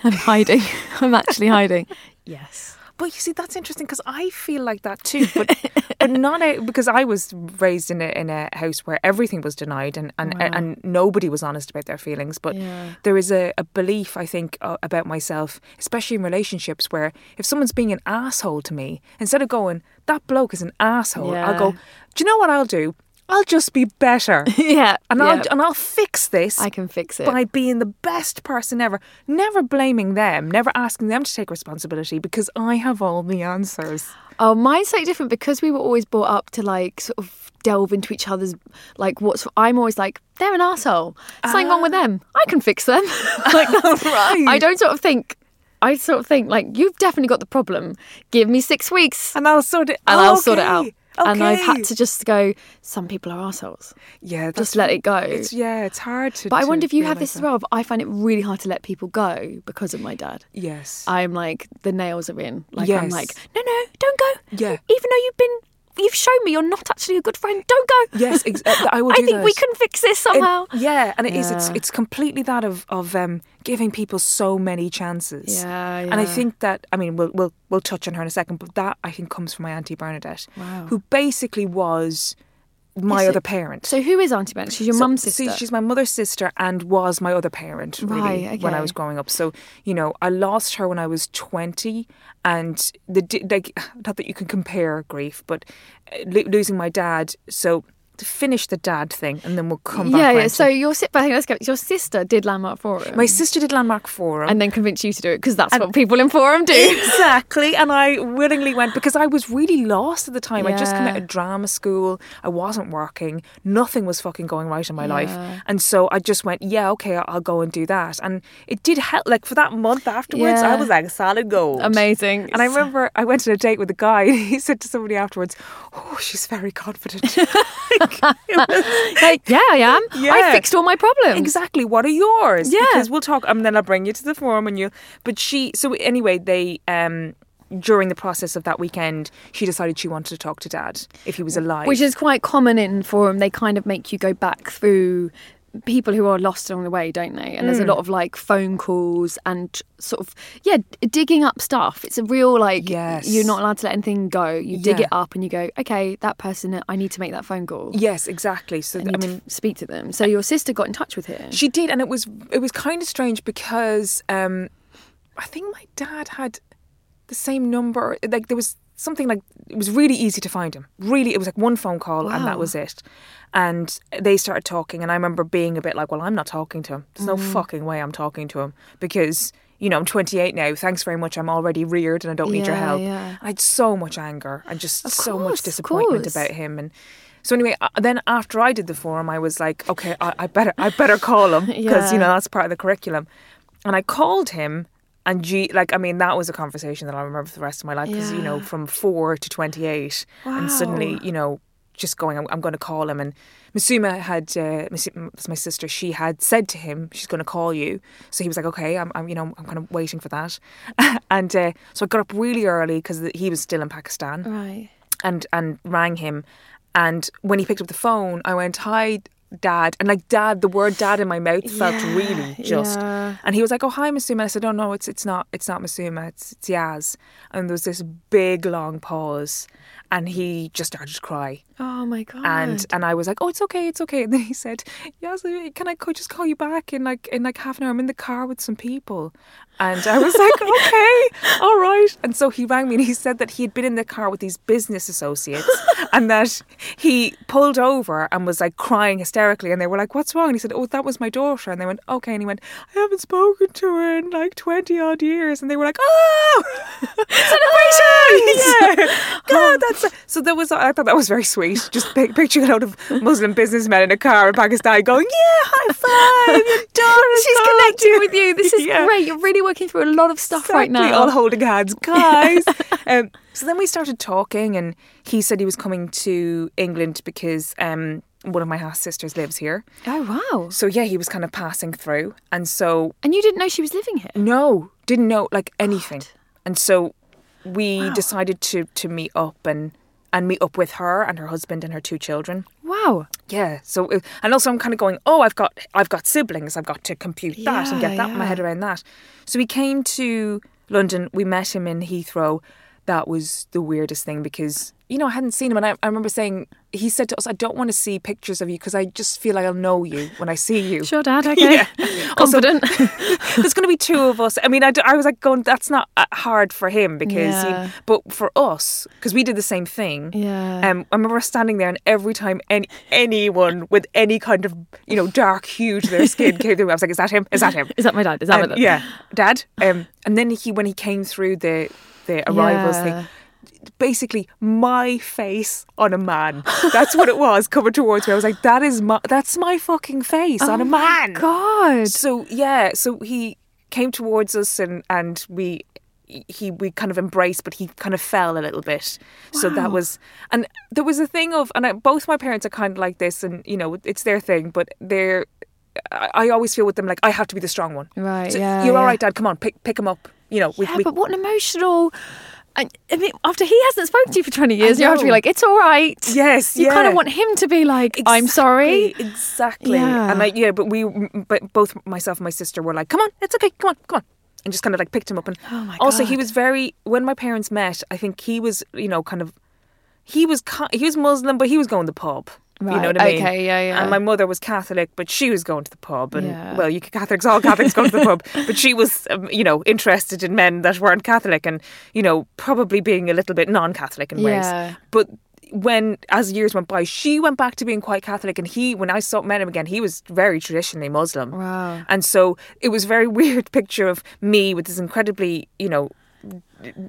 I'm hiding. I'm actually hiding. Yes. But you see, that's interesting because I feel like that too. But, but not a, because I was raised in a in a house where everything was denied and and, and, nobody was honest about their feelings. But Yeah. there is a, a belief I think uh, about myself, especially in relationships, where if someone's being an asshole to me, instead of going that bloke is an asshole, I'll go. Yeah. Do you know what I'll do? I'll just be better. Yeah. And yeah. I'll and I'll fix this. I can fix it. by being the best person ever, never blaming them, never asking them to take responsibility because I have all the answers. Oh, mine's slightly different because we were always brought up to like sort of delve into each other's like what's. I'm always like they're an asshole. Something wrong with them. I can fix them. like that's right. I don't sort of think. I sort of think like you've definitely got the problem. Give me six weeks and, And I'll sort it. I'll Okay, sort it out. And I've okay. had to just go. Some people are assholes. yeah, that's- Just let it go. It's, yeah, it's hard to. But I to wonder if you have realise this as that. well. of I find it really hard to let people go because of my dad. Yes. I'm like the nails are in. Like I'm Yes. like, no, no, don't go. Yeah. Even though you've been, you've shown me you're not actually a good friend. Don't go. Yes, ex- uh, I will do think we that. can fix this And- somehow. yeah, and it is. It's Yeah. it's completely that of of um, giving people so many chances. Yeah, And I yeah. think that I mean we'll we'll we'll touch on her in a second, but that I think comes from my auntie Bernadette, Wow. who basically was my Is it- other parent. So who is Auntie Ben? She's your So- mum's see, sister. she's my mother's sister and was my other parent really Right, when I okay. was growing up. So you know, I lost her when I was twenty, and the di- like. Not that you can compare grief, but uh, lo- losing my dad. So to finish the dad thing, and then we'll come back. yeah, yeah. round to- So your si- but I think let's go. Your sister did landmark forum, my sister did landmark forum. and then convinced you to do it because that's what people in forum do. Exactly, and I willingly went because I was really lost at the time. I just come Yeah. out of drama school. I wasn't working. Nothing was fucking going right in my Yeah. life, and so I just went, yeah, okay, I- I'll go and do that. And it did help. Like for that month afterwards, I Yeah. was like solid gold, Amazing. And I remember I went on a date with a guy, and he said to somebody afterwards, "Oh, she's very confident." Like, it was- Like, yeah, I am. I Yeah. fixed all my problems. Exactly. What are yours? Yeah. Because we'll talk, and then I'll bring you to the forum, and you. But she. So anyway, they. um During the process of that weekend, she decided she wanted to talk to Dad if he was alive. Which is quite common in forum. They kind of make you go back through people who are lost along the way, don't they? And Hmm. there's a lot of like phone calls and sort of yeah, d- digging up stuff. It's a real like Yes. you're not allowed to let anything go. You dig Yeah. it up and you go, okay, that person, I need to make that phone call. yes, exactly. So I th- need I to mean, f- speak to them. So your sister got in touch with him. she did, and it was it was kind of strange because um I think my dad had the same number. Like there was something like it was really easy to find him. Really, it was like one phone call and that Wow. was it. And they started Mm. talking, and I remember being a bit like, "Well, I'm not talking to him. There's no fucking way I'm talking to him because you know, I'm 28 now. Thanks very much. I'm already reared and I don't need your Yeah, help. yeah. I had so much anger and just Of so course, much of disappointment course. about him. And so anyway, uh, then after I did the forum, I was like, okay, I, I better, I better call him because Yeah. you know that's part of the curriculum. And I called him, and gee, like I mean, that was a conversation that I remember for the rest of my life because you know Yeah. from four to 28, and suddenly Wow. you know. Just going, I'm, I'm going to call him. And Masuma had, uh, Masu- m- that's my sister. She had said to him, "She's going to call you." So he was like, "Okay, I'm, I'm you know, I'm kind of waiting for that." and uh, so I got up really early because he was still in Pakistan Right. and and rang him and when he picked up the phone i went hi dad and like dad the word dad in my mouth felt Yeah, really just yeah. and he was like oh hi masuma i said oh no it's it's not it's not masuma it's it's yaz and there was this big long pause and he just started to cry Oh my god. and and I was like, "Oh, it's okay, it's okay." And then he said, "Yes, I- can I co- just call you back in like in like half an hour? I'm in the car with some people." And I was like, "Okay, all right." And so he rang me and he said that he had been in the car with these business associates and that he pulled over and was like crying hysterically. And they were like, "What's wrong?" And he said, "Oh, that was my daughter." And they went, "Okay." And he went, "I haven't spoken to her in like twenty odd years." And they were like, "Oh, celebration!" yeah. Oh. God, that's so. That was I thought that was very sweet. Just pi- picturing a lot of Muslim businessmen in a car in Pakistan going, "Yeah, high five, your daughter's She's not connecting here." with you. This is Oh, Yeah. great. You're really working through a lot of stuff right Exactly, now. all holding hands, guys. um, so then we started talking, and he said he was coming to England because um, one of my half sisters lives here. oh wow. So yeah, he was kind of passing through, and so And you didn't know she was living here. no, didn't know like anything. And so we decided to to meet up and and meet up with her and her husband and her two children. Wow. Yeah. So it- and also I'm kind of going, "Oh, I've got I've got siblings. I've got to compute that and Yeah, get that my yeah. head around that." So we came to London. We met him in Heathrow. That was the weirdest thing because you know I hadn't seen him, and I, I remember saying he said to us, "I don't want to see pictures of you because I just feel like I'll know you when I see you." Sure, Dad. Okay. Also- Confident. there's going to be two of us. I mean, I, d- I was like going, that's not uh, hard for him because, Yeah. he, but for us, because we did the same thing. Yeah. Um, I remember standing there, and every time any, anyone with any kind of you know dark hue to their skin came through, I was like, "Is that him? Is that him? Is that my dad? Is that my And, dad? Uh, yeah, Dad." Um, and then he, when he came through the the arrivals Yeah. thing, basically my face on a man. That's what it was coming towards me. I was like, "That is my that's my fucking face on a Oh man." God. So yeah, so he came towards us and and we he we kind of embraced, but he kind of fell a little bit. So that was and there was a thing of and I, both my parents are kind of like this, and you know it's their thing, but they're. I I always feel with them like I have to be the strong one. Right, So yeah, you're all yeah. right, Dad. Come on, pick pick him up. You know, we, Yeah, we but what an emotional. I, I mean, after he hasn't spoken to you for 20 years, you have to be know. like, it's all right. Yes, You kind yeah. of want him to be like, I'm sorry. Exactly, Exactly. Yeah. And I, yeah, but we, but both myself and my sister were like, "Come on, it's okay. Come on, come on." And just kind of like picked him up. And Oh my also, he God. was very. When my parents met, I think he was, you know, kind of. He was ki- he was Muslim, but he was going to the pub. You Right, know what I mean? okay, yeah, yeah. And my mother was Catholic, but she was going to the pub. And Yeah. well, you Catholics, all Catholics go to the pub, but she was, um, you know, interested in men that weren't Catholic, and you know, probably being a little bit non-Catholic in ways Yeah. but when as years went by she went back to being quite catholic and he when i saw met him again he was very traditionally muslim Wow. and so it was a very weird picture of me with this incredibly you know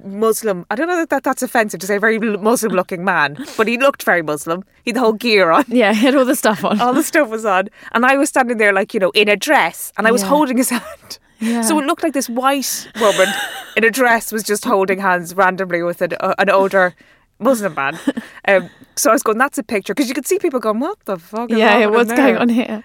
muslim i don't know that, that that's offensive to say very muslim looking man but he looked very muslim he had the whole gear on Yeah, he had all the stuff on. all the stuff was on and i was standing there like you know in a dress and i was Yeah. holding his hand Yeah. so it looked like this white woman in a dress was just holding hands randomly with an, uh, an older muslim man um, so i was going that's a picture because you could see people going what the fuck is yeah, yeah, happening what's going there?" on here?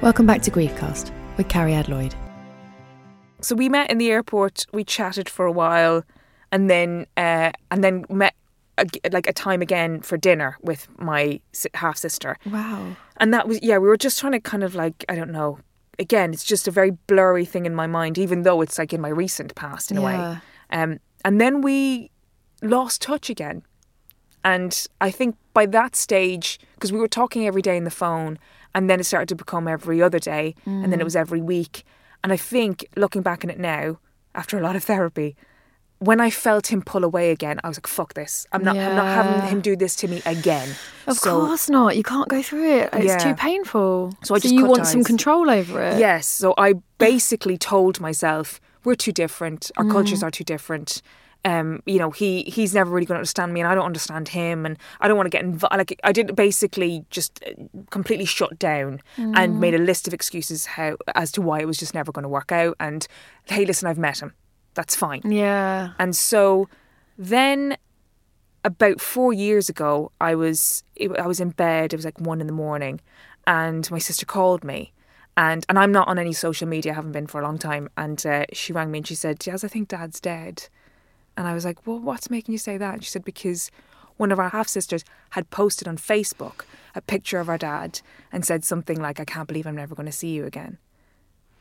Welcome back to Griefcast with Carrie Adloyd. So we met in the airport. We chatted for a while, and then uh, and then met ag- like a time again for dinner with my half sister. Wow. And that was yeah. We were just trying to kind of like I don't know. Again, it's just a very blurry thing in my mind, even though it's like in my recent past in a Yeah. way. Um, and then we lost touch again. And I think by that stage, because we were talking every day on the phone, and then it started to become every other day, and then Mm. it was every week. And I think looking back on it now, after a lot of therapy, when I felt him pull away again, I was like, fuck this. I'm not, I'm not having Yeah. him do this to me again. Of So- course not. You can't go through it. It's Yeah. too painful. So I just you cut want some ties. control over it. Yes. So I basically told myself we're too different. Our Mm. cultures are too different. Um, you know, he he's never really going to understand me, and I don't understand him, and I don't want to get involved. Like I did, basically just uh, completely shut down Mm. and made a list of excuses how as to why it was just never going to work out. And hey, listen, I've met him. That's Mm. fine. Yeah. And so then about four years ago, I was I was in bed. It was like one in the morning, and my sister called me, and and I'm not on any social media. I haven't been for a long time. And uh, she rang me and she said, "Jazz, I think Dad's dead." And I was like, "Well, what's making you say that?" And she said, "Because one of our half sisters had posted on Facebook a picture of our dad and said something like, "I can't believe I'm never going to see you again."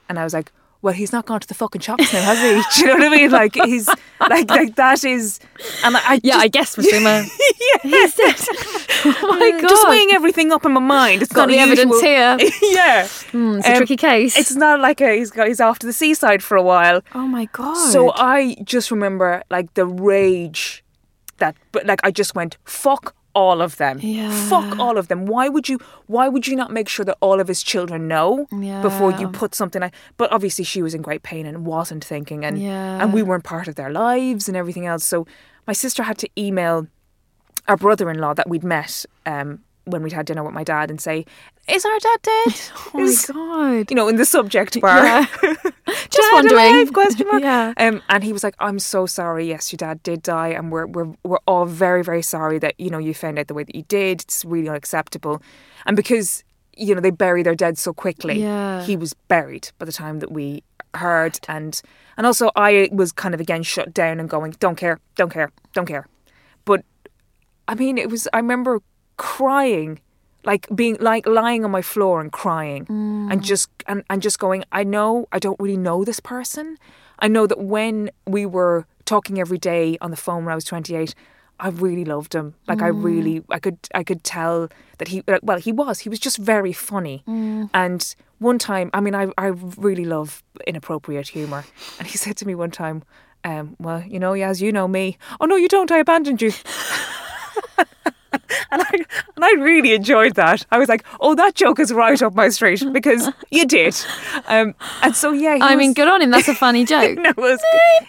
And I was like, well, he's not gone to the fucking shops now, has he? Do you know what I mean? Like he's like like that is, and I, I Yeah, just, I guess for Zuma. He said, oh my God. just weighing everything up in my mind. It's Got not the a evidence usual- here. Hmm, yeah, it's a Um, tricky case. It's not like a, he's got he's off to the seaside for a while. oh my God. So I just remember like the rage that, but like I just went fuck all of them. Yeah. Fuck all of them. Why would you? Why would you not make sure that all of his children know before you Yeah. put something? Like, but obviously she was in great pain and wasn't thinking, and Yeah. and we weren't part of their lives and everything else. So my sister had to email our brother-in-law that we'd met. Um, when we'd had dinner with my dad and say, Is our dad dead? oh my Is- God. you know, in the subject bar. Yeah. Just wondering. question mark. Yeah. Um, and he was like, "I'm so sorry. Yes, your dad did die, and we're we're we're all very very sorry that you know you found out the way that you did. It's really unacceptable, and because you know they bury their dead so quickly. Yeah. He was buried by the time that we heard, and and also I was kind of again shut down and going, "Don't care, don't care, don't care." But I mean, it was. I remember crying, like being like lying on my floor and crying, and just and, and just going. I know I don't really know this person. I know that when we were talking every day on the phone when I was twenty eight, I really loved him. Like I really, I could I could tell that he. uh, Well, he was. He was just very funny. And one time, I mean, I I really love inappropriate humor. And he said to me one time. Um, well, you know, as you know me. Oh no, you don't. I abandoned you and I and I really enjoyed that. I was like, oh, that joke is right up my street because you did. Um, and so yeah, he I was- mean, good on him. That's a funny joke. No, it was,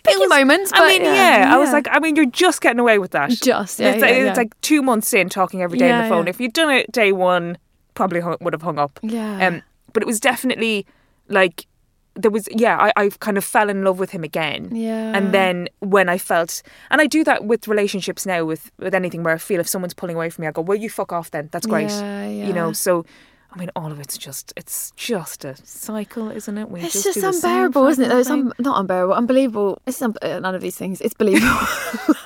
picky moments, I but mean, yeah, yeah, I was yeah. like, I mean, you're just getting away with that. Just, yeah, it's, like, yeah, yeah. it's like two months in talking every day on Yeah, the phone. yeah. If you'd done it day one, probably hung, would have hung up. Yeah. Um, but it was definitely like there was yeah I, I kind of fell in love with him again Yeah. and then when i felt and i do that with relationships now with with anything where i feel if someone's pulling away from me i go well you fuck off then that's great Yeah, you yeah. know so i mean all of it's just it's just a cycle isn't it we It's do just, the same unbearable, isn't it? Though fucking it's thing. un- not unbearable, unbelievable. It's un- uh, none of these things. It's believable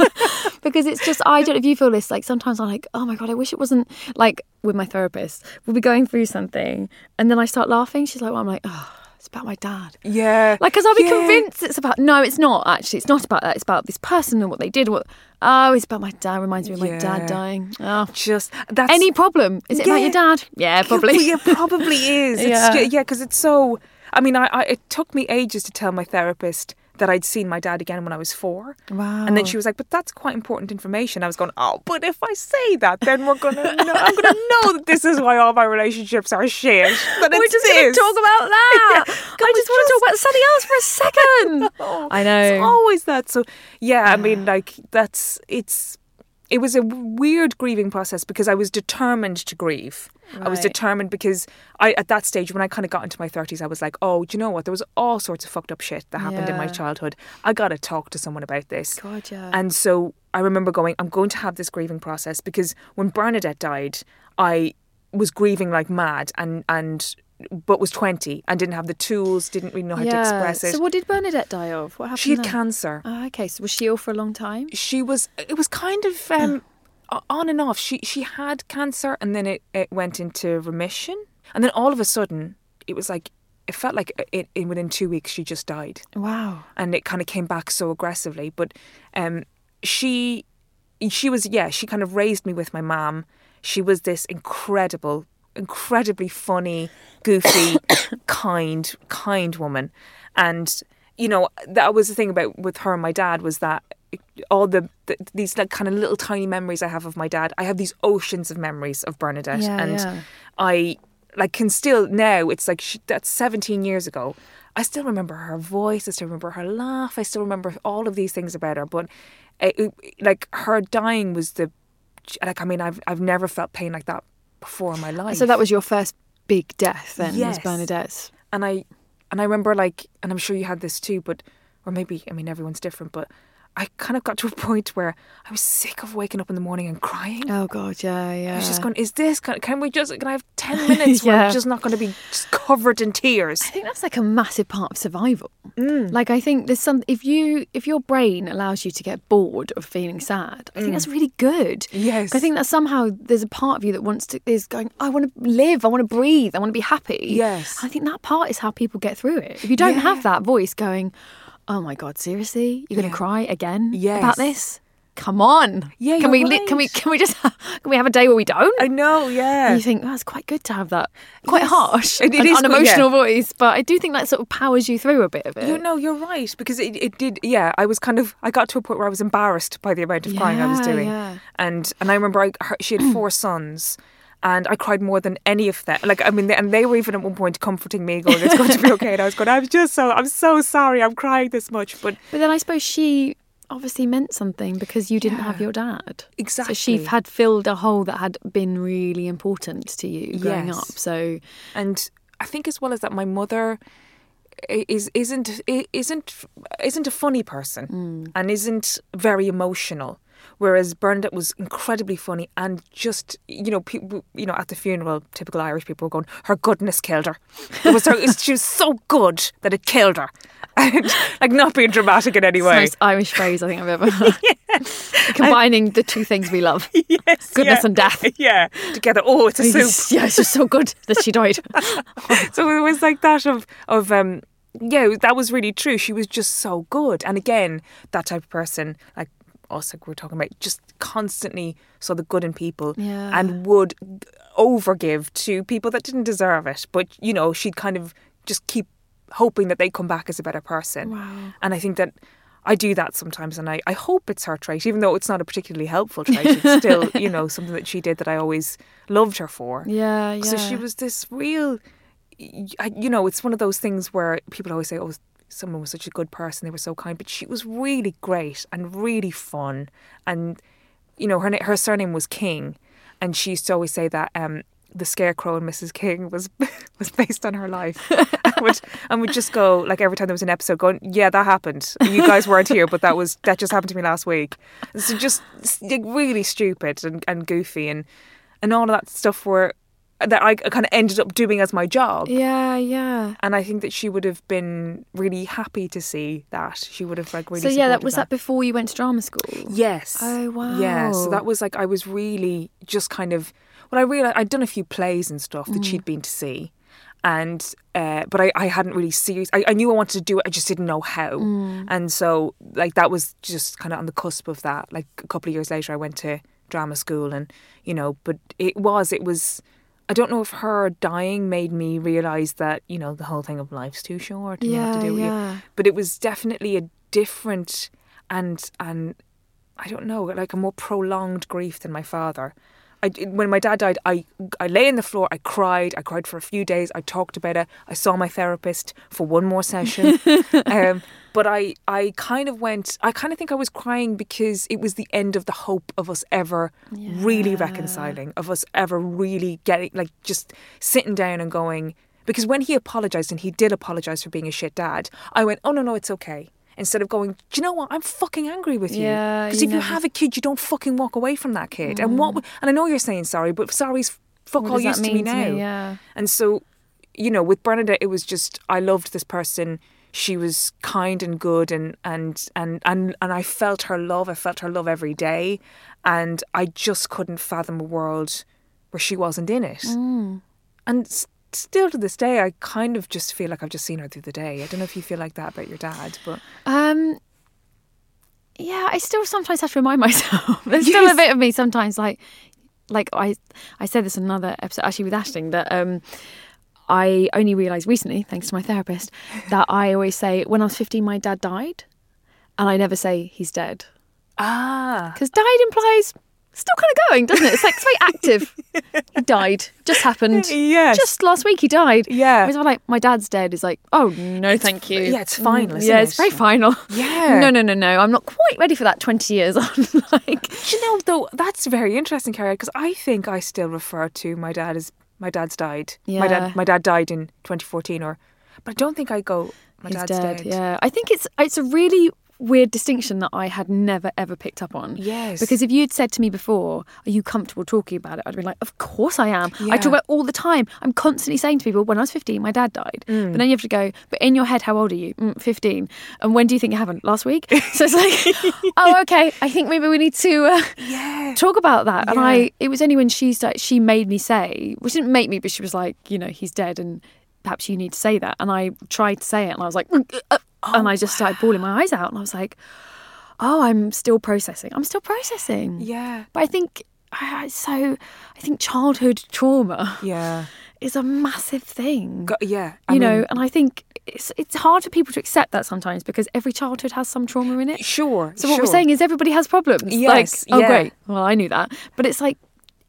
because it's just. I don't know if you feel this. Like sometimes I'm like, oh my god, I wish it wasn't like with my therapist. We'll be going through something, and then I start laughing. She's like, well, I'm like, oh, it's It's about my dad. Yeah. Like, because I'll be Yeah. convinced it's about. No, it's not actually. It's not about that. It's about this person and what they did. What? Oh, it's about my dad. Reminds me of my Yeah. dad dying. Oh. Just that's Any problem? Is it about Yeah. your dad? Yeah, Well, probably. yeah, probably is. It's, Yeah. yeah, yeah, because it's so. I mean, I, I it took me ages to tell my therapist that I'd seen my dad again when I was four. Wow. And then she was like, "But that's quite important information." I was going, "Oh, but if I say that, then we're gonna know. I'm gonna know that this is why all my relationships are shit. That We're it's just this. going to talk about that. Yeah. I Can we just want to talk about something else for a second. Oh, I know. It's always that. So, yeah, I mean, like, that's it's. It was a weird grieving process because I was determined to grieve. I was Right. determined because I, at that stage, when I kind of got into my 30s, I was like, oh, do you know what? There was all sorts of fucked up shit that happened in my Yeah. childhood. I got to talk to someone about this. God, yeah. And so I remember going, I'm going to have this grieving process because when Bernadette died, I was grieving like mad and, and, but was 20 and didn't have the tools, didn't really know how to express it. So what did Bernadette die of? What happened? She had there? cancer. Oh, okay, so was she ill for a long time? She was. It was kind of um, o- on and off. She she had cancer, and then it, it went into remission, and then all of a sudden, it was like it felt like uh, it, it within two weeks she just died Wow. and it kind of came back so aggressively. But um, she, she was yeah, she kind of raised me with my mum. She was this incredible, incredibly funny, goofy, kind, kind woman, and you know that was the thing about with her and my dad was that all the, the these like kind of little tiny memories I have of my dad. I have these oceans of memories of Bernadette, Yeah, and yeah. I like can still now. It's like she, that's 17 years ago. I still remember her voice. I still remember her laugh. I still remember all of these things about her. But eh, it, it- like her dying was the like I mean I've I've never felt pain like that before in my life. So that was your first big death then, was Yes. Bernadette's. and I and I remember like and I'm sure you had this too, but or maybe I mean everyone's different, but I kind of got to a point where I was sick of waking up in the morning and crying. Oh God, yeah, yeah. I was just going, is this, can, can we just, can I have 10 minutes where Uh, Yeah. I'm just not going to be just covered in tears? I think that's like a massive part of survival. Mm. Like I think there's some if you if your brain allows you to get bored of feeling sad, I think that's really good. Mm. Yes. I think that somehow there's a part of you that wants to is going, I want to live, I want to breathe, I want to be happy. Yes. I think that part is how people get through it. If you don't have that voice going, Oh my god, seriously? You're gonna cry again about Yes. this? Come on. Yeah, Can we you're li- can we right. can we just have, can we have a day where we don't? I know, yeah. And you think, that's quite good to have that. Quite Yes. harsh. It- it an is quite- unemotional yeah. voice, but I do think that sort of powers you through a bit of it. You know, you're right because it, it did. Yeah, I was kind of. I got to a point where I was embarrassed by the amount of crying I was Yeah, doing, yeah. and and I remember I, her, she had four sons. And I cried more than any of them. Like I mean, and they were even at one point comforting me, going, "It's going to be okay." And I was going, "I'm just so, I'm so sorry, I'm crying this much." But But then I suppose she obviously meant something because you didn't have your dad. So she Exactly. had filled a hole that had been really important to you growing Yes. up. So and I think as well as that, my mother i- is isn't i- isn't isn't a funny person Mm. and isn't very emotional. Whereas Bernadette was incredibly funny and just you know people you know at the funeral, typical Irish people were going, her goodness killed her. It was her, she was so good that it killed her, and, like not being dramatic in any it's the way. most Irish phrase I think I've ever heard. Combining the two things we love. Yes, Goodness yeah. and death. Yeah, together. Oh, it's a soup. Yeah, it's just so good that she died. so it was like that of of um yeah that was really true she was just so good and again that type of person like us like we we're talking about just constantly saw the good in people Yeah. and would overgive to people that didn't deserve it but you know she'd kind of just keep hoping that they come back as a better person Wow. and i think that I do that sometimes, and I, I hope it's her trait, even though it's not a particularly helpful trait. It's still, you know, something that she did that I always loved her for. yeah, yeah. So she was this real, y- I- you know, it's one of those things where people always say, oh, someone was such a good person, they were so kind, but she was really great and really fun. And, you know, her, na- her surname was King. And she used to always say that um, the scarecrow and Mrs. King was was based on her life. and, would, and would just go, like, every time there was an episode, going, yeah, that happened. You guys weren't here, but that was that just happened to me last week. And so just like, really stupid and, and goofy and, and all of that stuff were that I kind of ended up doing as my job. Yeah, yeah. And I think that she would have been really happy to see that. She would have like really. so yeah, that supported was that before you went to drama school. Yes. Oh, Yeah. wow. So that was like I was really just kind of. Well, I realized I'd done a few plays and stuff that she'd been to see, and uh, but I, I hadn't really serious. I, I knew I wanted to do it. I just didn't know how. And so like that was just kind of on the cusp of that. Like a couple of years later, I went to drama school, and you know, but it was it was. I don't know if her dying made me realize that you know the whole thing of life's too short and you have to Yeah, do what you- yeah. But it was definitely a different and and I don't know, like a more prolonged grief than my father. I, when my dad died, I, I lay on the floor, I cried, I cried for a few days, I talked about it, I saw my therapist for one more session. um, but I, I kind of went, I kind of think I was crying because it was the end of the hope of us ever really reconciling, of us ever really getting, like just sitting down and going, because when he apologized, and he did apologize for being a shit dad, I went, oh no, no, it's okay. Instead of going, do you know what? I'm fucking angry with you. Yeah, Because you if you never- have a kid, you don't fucking walk away from that kid. And what? would- And I know you're saying sorry, but sorry's fuck What all does that used to me mean now. to me? Yeah. And so, you know, with Bernadette, it was just I loved this person. She was kind and good, and and and and and I felt her love. I felt her love every day, and I just couldn't fathom a world where she wasn't in it. Mm. And s- still to this day, I kind of just feel like I've just seen her through the day. I don't know if you feel like that about your dad, but Um, yeah, I still sometimes have to remind myself. There's still a Yes. bit of me sometimes, like, like I, I said this in another episode actually with Ashling that um, I only realised recently, thanks to my therapist, that I always say when I was 15, my dad died, and I never say he's dead ah, because died implies still kind of going, doesn't it? It's like it's very active. he died, just happened. Yes. just last week he died. Yeah. Whereas when, like my dad's dead is like, oh no, thank you. yeah, it's final, Mm, isn't yeah, it's it? very final. Yeah. No, no, no, no. I'm not quite ready for that. Twenty years on, like. Do you know though that's very interesting, Carrie, because I think I still refer to my dad as my dad's died. My Yeah. dad, my dad died in 2014, or but I don't think I go. My He's Oh, dad's dead. dead. Yeah, I think it's it's a really weird distinction that I had never ever picked up on. Yes. Because if you'd said to me before, "Are you comfortable talking about it?" I'd be like, "Of course I am. I talk Yeah. about it all the time. I'm constantly saying to people, when I was 15, my dad died." Mm. But then you have to go, "But in your head, how old are you? Mm, 15. And when do you think it happened? Last week." So it's like, "Oh, okay. I think maybe we need to uh, talk about that." And I, it was only when she started, she made me say, which didn't make me, but she was like, "You know, he's dead," and perhaps you need to say that. And I tried to say it and I was like, "Mm, uh," and I just Oh, started bawling my eyes out. And I was like, oh, I'm still processing. I'm still processing. Yeah. But I think, I- I- so I think childhood trauma Yeah. is a massive thing. Go- yeah. I you know, mean, and I think it's, it's hard for people to accept that sometimes because every childhood has some trauma in it. Sure. So what we're sure. saying is everybody has problems. Yes, Like, oh, yeah. great. Well, I knew that. But it's like,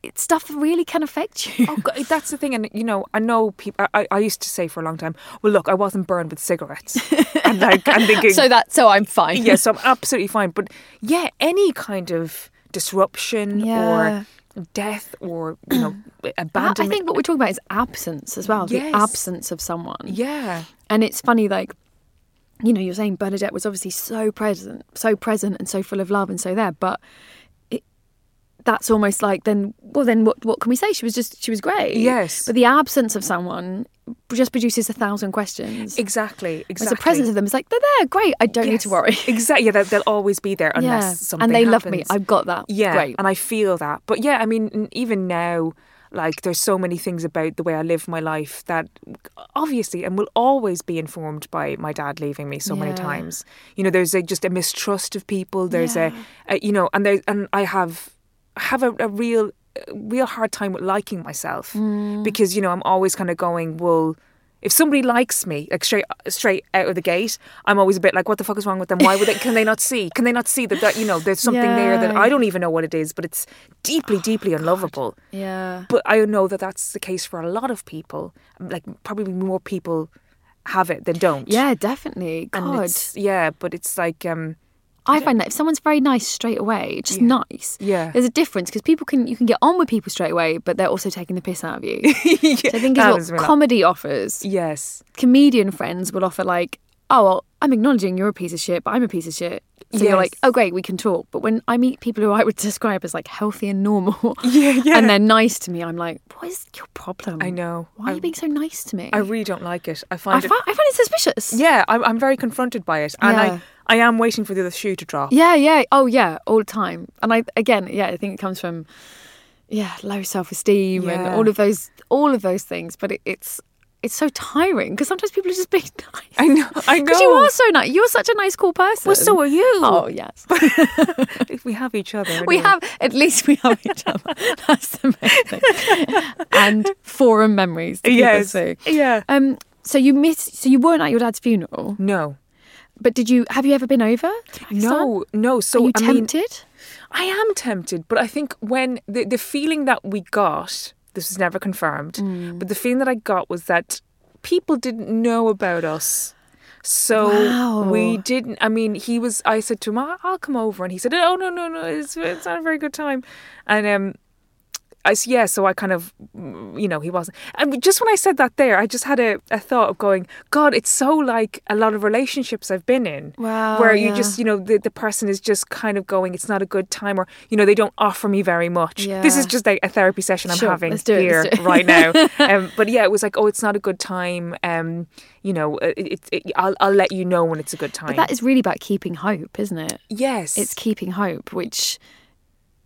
it, stuff really can affect you. Oh, God, that's the thing, and you know, I know people. I, I used to say for a long time, "Well, look, I wasn't burned with cigarettes," and like, I'm thinking, so that, so I'm fine. yes, I'm absolutely fine. But yeah, any kind of disruption Yeah. or death or you know I- abandonment. I think what we're talking about is absence as well. Yes. The absence of someone. yeah. And it's funny, like, you know, you're saying Bernadette was obviously so present, so present and so full of love and so there, but it, that's almost like then, well, then what, what can we say? She was just, she was great. Yes. But the absence of someone just produces a thousand questions. Exactly. Exactly. Whereas the presence of them is like, they're there, great, I don't need to worry. exactly. Yeah, they'll, they'll always be there unless something and they love me. happens. I've got that. yeah, Great. and I feel that. But yeah, I mean, n- even now, like there's so many things about the way I live my life that obviously and will always be informed by my dad leaving me so many Yeah. times. You know, there's a, just a mistrust of people. There's a, a, you know, and there and I have have a, a real a real hard time with liking myself Mm. because you know I'm always kind of going well. If somebody likes me, like straight straight out of the gate, I'm always a bit like, "What the fuck is wrong with them? Why would they? Can they not see? Can they not see that, that you know there's something there that Yeah. Oh I don't even know what it is, but it's deeply, deeply unlovable." yeah. But I know that that's the case for a lot of people. Like probably more people have it than don't. Yeah, definitely. and God. it's yeah, but it's like um I find that if someone's very nice straight away, just nice. Yeah. There's a difference because people can you can get on with people straight away, but they're also taking the piss out of you. Which I think that is was what really- comedy offers. yes, Comedian friends will offer like, oh, well, I'm acknowledging you're a piece of shit, but I'm a piece of shit. So you're like, Yes. oh, great, we can talk. But when I meet people who I would describe as like healthy and normal, Yeah, yeah. and they're nice to me, I'm like, what is your problem? I know. Why are I- you being so nice to me? I really don't like it. I find I, it find, I find it suspicious. yeah, I'm, I'm very confronted by it, and Yeah. I I am waiting for the other shoe to drop. Yeah, yeah. Oh, yeah, all the time. And I again, yeah, I think it comes from yeah, low self-esteem and Yeah. all of those all of those things, but it, it's it's so tiring because sometimes people are just being nice. I know. I know. Because you are so nice. You're such a nice, cool person. Well, so are you. Oh, yes. If we have each other. we anyway. have, at least we have each other. That's the main thing. and forum memories. to keep us Yes. safe. Yeah. Um, so you miss. So you weren't at your dad's funeral, No. but did you? Have you ever been over? to Pakistan? No. No. So Are you I mean- tempted? I am tempted, but I think when the, the feeling that we got, this was never confirmed, Mm. but the feeling that I got was that people didn't know about us. So we Wow. didn't. I mean, he was. I said to him, "I- "I'll come over," and he said, "Oh no, no, no! It's it's not a very good time." And um, I s- yeah. So I kind of, mm, you know, he wasn't. And just when I said that, there, I just had a, a thought of going, "God, it's so like a lot of relationships I've been in, Wow, where you yeah. just you know the, the person is just kind of going it's not a good time or you know they don't offer me very much this is Yeah. just like a therapy session i'm Sure, having let's do it, here let's do it. right now um, but yeah it was like oh it's not a good time um, you know uh, it, it, it, I'll, I'll let you know when it's a good time But that is really about keeping hope, isn't it? yes It's keeping hope, which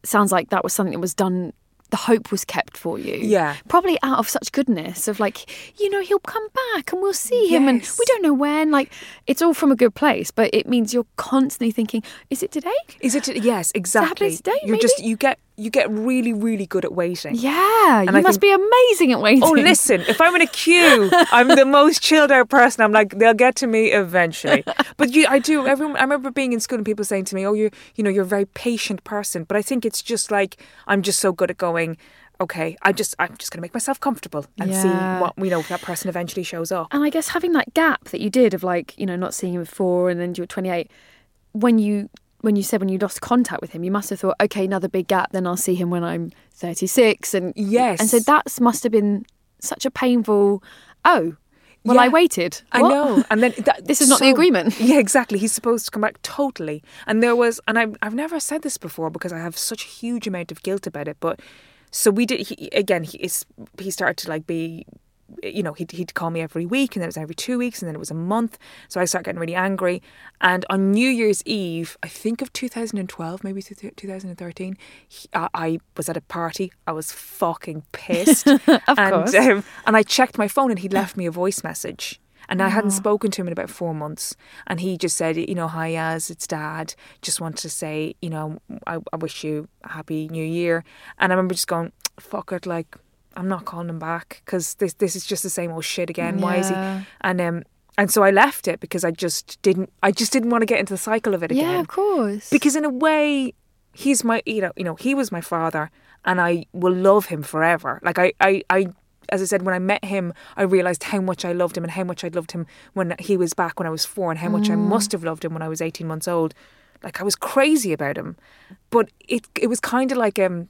sounds like that was something that was done. The hope was kept for you. Yeah. Probably out of such goodness of like, you know, he'll come back and we'll see him and Yes. we don't know when. Like, it's all from a good place, but it means you're constantly thinking, is it today? is it yes happening exactly today, you just maybe? you get you get really really good at waiting Yeah. you I must think- be amazing at waiting. Oh, listen, if I'm in a queue, I'm the most chilled out person. I'm like, they'll get to me eventually. But you, I do, everyone, I remember being in school and people saying to me, oh, you, you know, you're a very patient person. But I think it's just like, I'm just so good at going, okay, I'm just, I'm just going to make myself comfortable and Yeah. see what, you know, if that person eventually shows up. And I guess having that gap that you did of like, you know, not seeing him before and then you were 28, when you when you said when you lost contact with him, you must have thought, okay, another big gap, then I'll see him when I'm 36 and Yes. And so that's must have been such a painful oh, well I Yeah. waited. I What? know. And then that, This is not the agreement. Yeah, exactly. He's supposed to come back totally. And there was, and I've, I've never said this before because I have such a huge amount of guilt about it. But so we did. He, again, he is, he started to like be. You know, he'd, he'd call me every week, and then it was every two weeks, and then it was a month. So I started getting really angry. And on New Year's Eve, I think of 2012, maybe two- 2013, he, I, I was at a party. I was fucking pissed. Of and, course. um, and I checked my phone and he'd left me a voice message. And I Ah. hadn't spoken to him in about four months. And he just said, you know, hi, Az, it's dad. Just wanted to say, you know, I, I wish you a happy new year. And I remember just going, fuck it, like, I'm not calling him back because this, this is just the same old shit again. Why is he? Yeah. And, um, and so I left it because I just didn't, I just didn't want to get into the cycle of it again Yeah, of course. because in a way he's my you know you know he was my father and i will love him forever like i i, I as I said, when I met him, I realised how much I loved him and how much I'd loved him when he was back when I was four and how much I must have loved him when I was 18 months old. Like, I was crazy about him. But it it was kind of like um,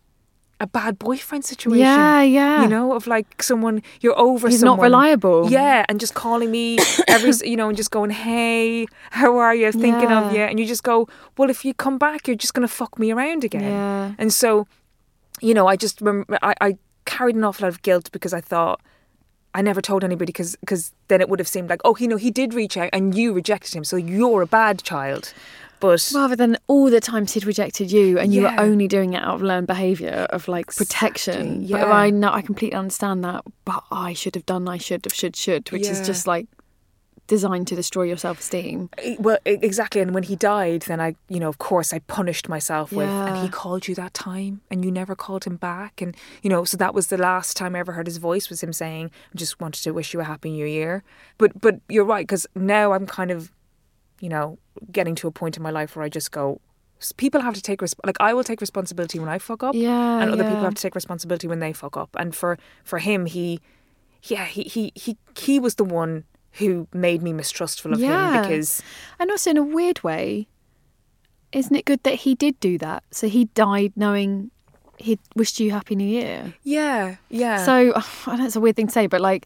a bad boyfriend situation. Yeah, yeah. You know, of like someone, you're over He's not someone. reliable. Yeah, and just calling me every, s- you know, and just going, hey, how are you? Thinking Yeah. of you and you just go, well, if you come back, you're just going to fuck me around again. Yeah. And so, you know, I just rem- I, I carried an awful lot of guilt because I thought I never told anybody because then it would have seemed like, oh, you know, he did reach out and you rejected him, so you're a bad child. But Rather than all the times he'd rejected you and you Yeah. were only doing it out of learned behaviour of like protection. Exactly, But yeah. I know I completely understand that, but I should have done, I should have, should, should, which is Yeah. just like designed to destroy your self esteem. well, e- exactly. And when he died, then I, you know, of course, I punished myself with, and Yeah. he called you that time, and you never called him back, and you know, so that was the last time I ever heard his voice was him saying, "I just wanted to wish you a happy new year." But but you're right because now I'm kind of, you know, getting to a point in my life where I just go. "S- People have to take resp- like I will take responsibility when I fuck up, Yeah, and other people yeah. have to take responsibility when they fuck up. And for for him, he, yeah, he he he he was the one who made me mistrustful of him Yeah. because And also, in a weird way, isn't it good that he did do that? So he died knowing he'd wished you Happy New Year. Yeah, yeah. So I know it's a weird thing to say, but like,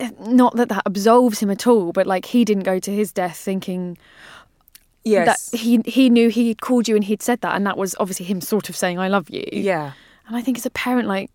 eh, not that that absolves him at all, but like, he didn't go to his death thinking, yes, that he he knew he'd called you and he'd said that, and that was obviously him sort of saying "I love you." yeah, And I think as a parent, like,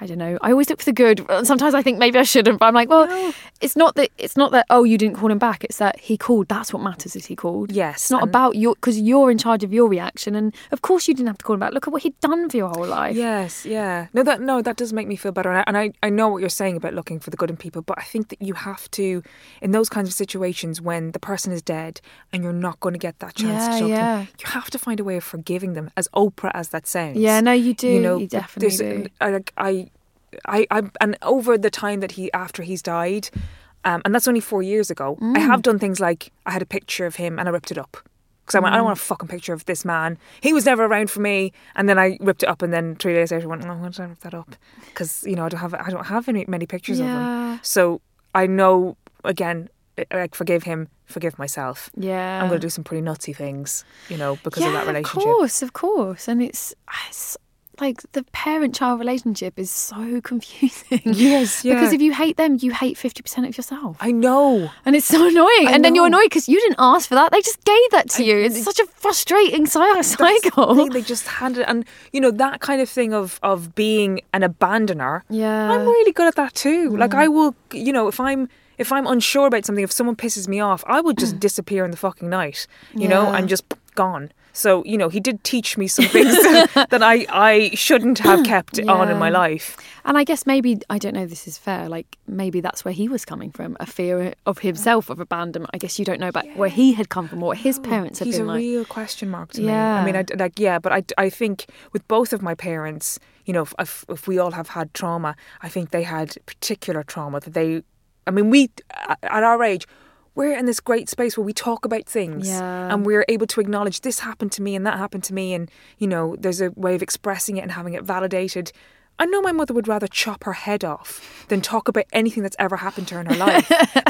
I don't know. I always look for the good. Sometimes I think maybe I shouldn't, but I'm like, well, it's not that. It's not that. Oh, you didn't call him back. It's that he called. That's what matters. Is he called? Yes, It's not and- about your because you're in charge of your reaction, and of course you didn't have to call him back. Look at what he'd done for your whole life. Yes, yeah. No, that no, that does make me feel better, and I, and I I know what you're saying about looking for the good in people, but I think that you have to, in those kinds of situations when the person is dead and you're not going to get that chance Yeah, to talk yeah. to them, you have to find a way of forgiving them, as Oprah as that sounds. Yeah, no, you do. You know, You th- definitely there's- do. I like I, I, I, and over the time that he after he's died. Um, and that's only four years ago. Mm. I have done things like I had a picture of him and I ripped it up because I went, I Mm. don't want a fucking picture of this man. He was never around for me. And then I ripped it up, and then three days later, I went, oh, why did I rip that up? Because you know I don't have I don't have any many pictures of Yeah. him. So I know again, I- like forgive him, forgive myself. Yeah. I'm going to do some pretty nutsy things, you know, because yeah, of that relationship. Of course, of course. And it's, it's like the parent child relationship is so confusing. Because Yes, yeah. if you hate them, you hate 50% of yourself. I know. and it's so annoying. I and then you're know. annoyed because you didn't ask for that. They just gave that to you. It's such a frustrating cy- That's the cycle. thing, They just handed and you know that kind of thing of of being an abandoner. Yeah. I'm really good at that too. Like I will, you know, if I'm if I'm unsure about something, if someone pisses me off, I will just disappear in the fucking night. You know, Yeah. I'm just gone. So you know, he did teach me some things that I I shouldn't have kept on in my Yeah. life. And I guess maybe, I don't know if this is fair, like maybe that's where he was coming from a fear of himself, of abandonment. I guess you don't know about where he had come from, or what his parents had He's been a like. real question mark to me. I mean, Yeah. I d like yeah, but I, d- I think with both of my parents, you know, if, if if we all have had trauma, I think they had particular trauma that they, I mean, we a- at our age. We're in this great space where we talk about things Yeah. and we're able to acknowledge this happened to me and that happened to me and you know there's a way of expressing it and having it validated. I know my mother would rather chop her head off than talk about anything that's ever happened to her in her life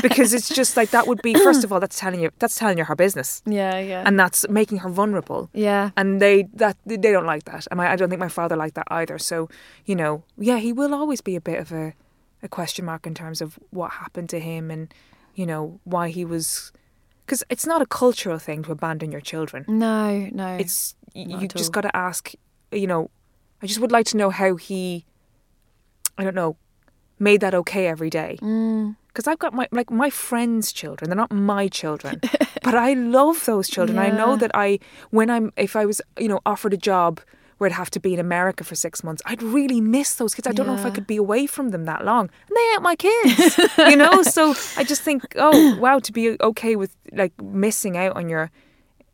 because it's just like that would be first of all that's telling you that's telling you her business yeah, yeah. and that's making her vulnerable. yeah. And they that they don't like that, and I, I don't think my father liked that either. So you know, yeah, he will always be a bit of a, a question mark in terms of what happened to him and you know why he was, because it's not a cultural thing to abandon your children. no, no. It's you, Not you at just all. got to ask. You know, I just would like to know how he, I don't know, made that okay every day. Because I've got my like my friends' children; they're not my children, but I love those children. I know Yeah. that I when I'm if I was you know offered a job where I'd have to be in America for six months, I'd really miss those kids. I don't know if I Yeah. could be away from them that long, and they ain't my kids, you know. So I just think, oh wow, to be okay with like missing out on your.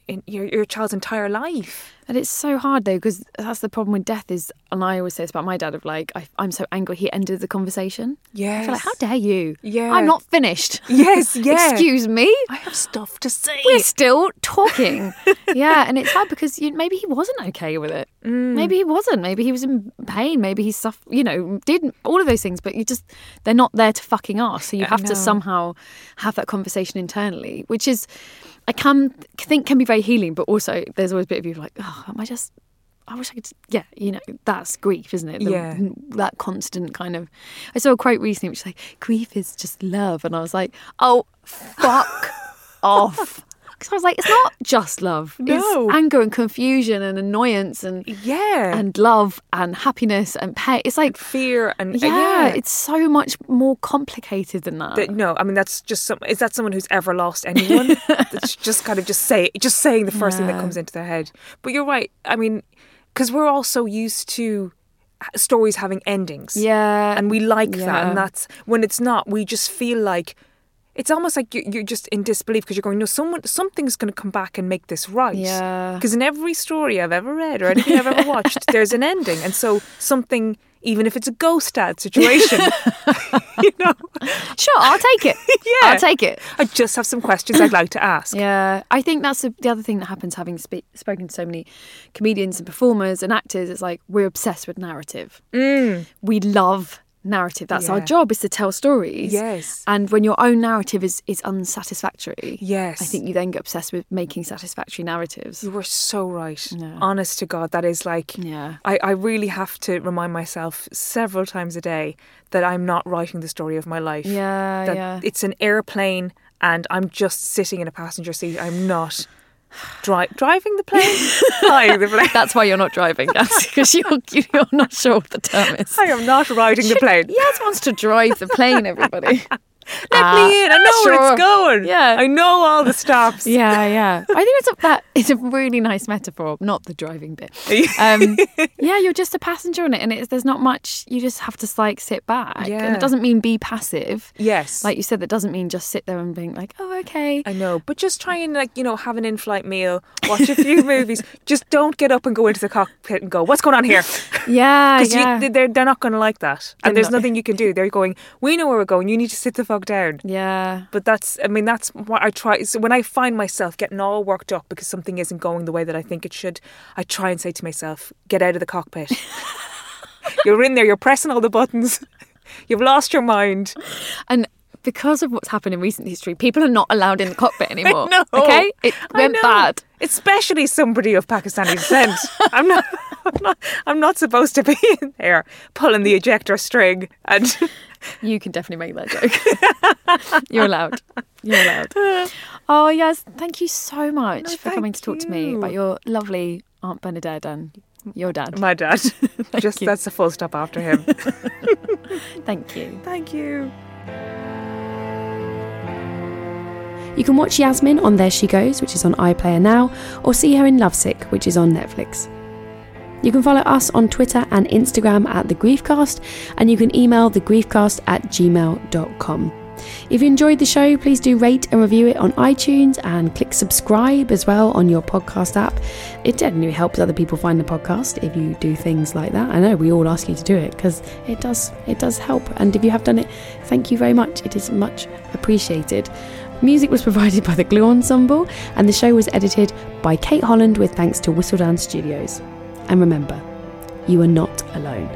In your, your child's entire life. And it's so hard though, because that's the problem with death is, and I always say this about my dad of like, I, I'm so angry he ended the conversation. I Yes. feel like, how dare you? Yeah. I'm not finished. Yes, yeah. Excuse me. I have stuff to say. We're still talking. yeah. And it's hard because you, maybe he wasn't okay with it. Mm. Maybe he wasn't. Maybe he was in pain. Maybe he suffered, you know, did all of those things, but you just, they're not there to fucking ask. So you have to know. somehow have that conversation internally, which is, I can think can be very healing, but also there's always a bit of you like, oh, am I just I wish I could. Yeah, you know, that's grief, isn't it? The- Yeah. That constant kind of. I saw a quote recently which was like, grief is just love. And I was like, oh, fuck off. Because I was like, it's not just love. No. It's anger and confusion and annoyance and. yeah. And love and happiness and pain. It's like, fear and uh, yeah, it's so much more complicated than that. That- no, I mean that's just some. Is that someone who's ever lost anyone? that's just kind of just say just saying the first thing that comes into their head. But you're right. I mean, because we're all so used to h- stories having endings. yeah. and we like that. yeah. And that's when it's not. We just feel like it's almost like you're, you're just in disbelief because you're going, no, someone, something's going to come back and make this right. Yeah. Because in every story I've ever read or anything I've ever watched, there's an ending, and so something, even if it's a ghost dad situation, you know, Sure, I'll take it. Yeah. I'll take it. I just have some questions I'd like to ask. Yeah, I think that's the the other thing that happens having spe- spoken to so many comedians and performers and actors. It's like we're obsessed with narrative. We love narrative. That's our Mm. Yeah. job is to tell stories. Yes. And when your own narrative is is unsatisfactory, Yes. I think you then get obsessed with making satisfactory narratives. You were so right. Yeah. Honest to God, that is like. Yeah. I, I really have to remind myself several times a day that I'm not writing the story of my life. Yeah, that yeah. It's an airplane and I'm just sitting in a passenger seat. I'm not Dri- driving the plane? Flying the plane. That's why you're not driving, Nancy, because you're, you're not sure what the term is. I am not riding the plane. Yes wants to drive the plane, everybody. Let me in. I know where sure. it's going. Yeah. I know all the stops. Yeah, yeah. I think it's a, that it's a really nice metaphor, not the driving bit. Um, yeah, you're just a passenger on it, and it's, there's not much. You just have to like sit back, and Yeah. it doesn't mean be passive. Yes. Like you said, that doesn't mean just sit there and being like, oh, okay. I know, but just try and like you know have an in-flight meal, watch a few movies. Just don't get up and go into the cockpit and go, "What's going on here?" Yeah, Because Uh, yeah. they're they're not going to like that, and They're there's not- nothing you can do. They're going, "We know where we're going. You need to sit the fuck down." yeah. But that's, I mean, that's what I try. So when I find myself getting all worked up because something isn't going the way that I think it should, I try and say to myself, "Get out of the cockpit. you're in there. You're pressing all the buttons. You've lost your mind." And because of what's happened in recent history, people are not allowed in the cockpit anymore. No. Okay? It I went know. bad. Especially somebody of Pakistani descent. I'm not, I'm not I'm not supposed to be in there pulling the ejector string and You can definitely make that joke. You're allowed. You're allowed. Oh yes, thank you so much for coming to talk thank to me you. about your lovely Aunt Bernadette and your dad. my dad. Just you. that's a full stop after him. Thank you. Thank you. You can watch Yasmin on There She Goes, which is on iPlayer now, or see her in Lovesick, which is on Netflix. You can follow us on Twitter and Instagram at The Griefcast, and you can email thegriefcast at gmail.com. If you enjoyed the show, please do rate and review it on iTunes and click subscribe as well on your podcast app. It definitely helps other people find the podcast if you do things like that. I know we all ask you to do it because it does it does help. And if you have done it, thank you very much. It is much appreciated. Music was provided by the Glue Ensemble, and the show was edited by Kate Holland with thanks to Whistledown Studios. And remember, you are not alone.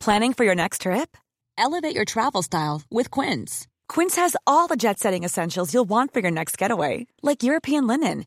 Planning for your next trip? Elevate your travel style with Quince. Quince has all the jet setting essentials you'll want for your next getaway, like European linen,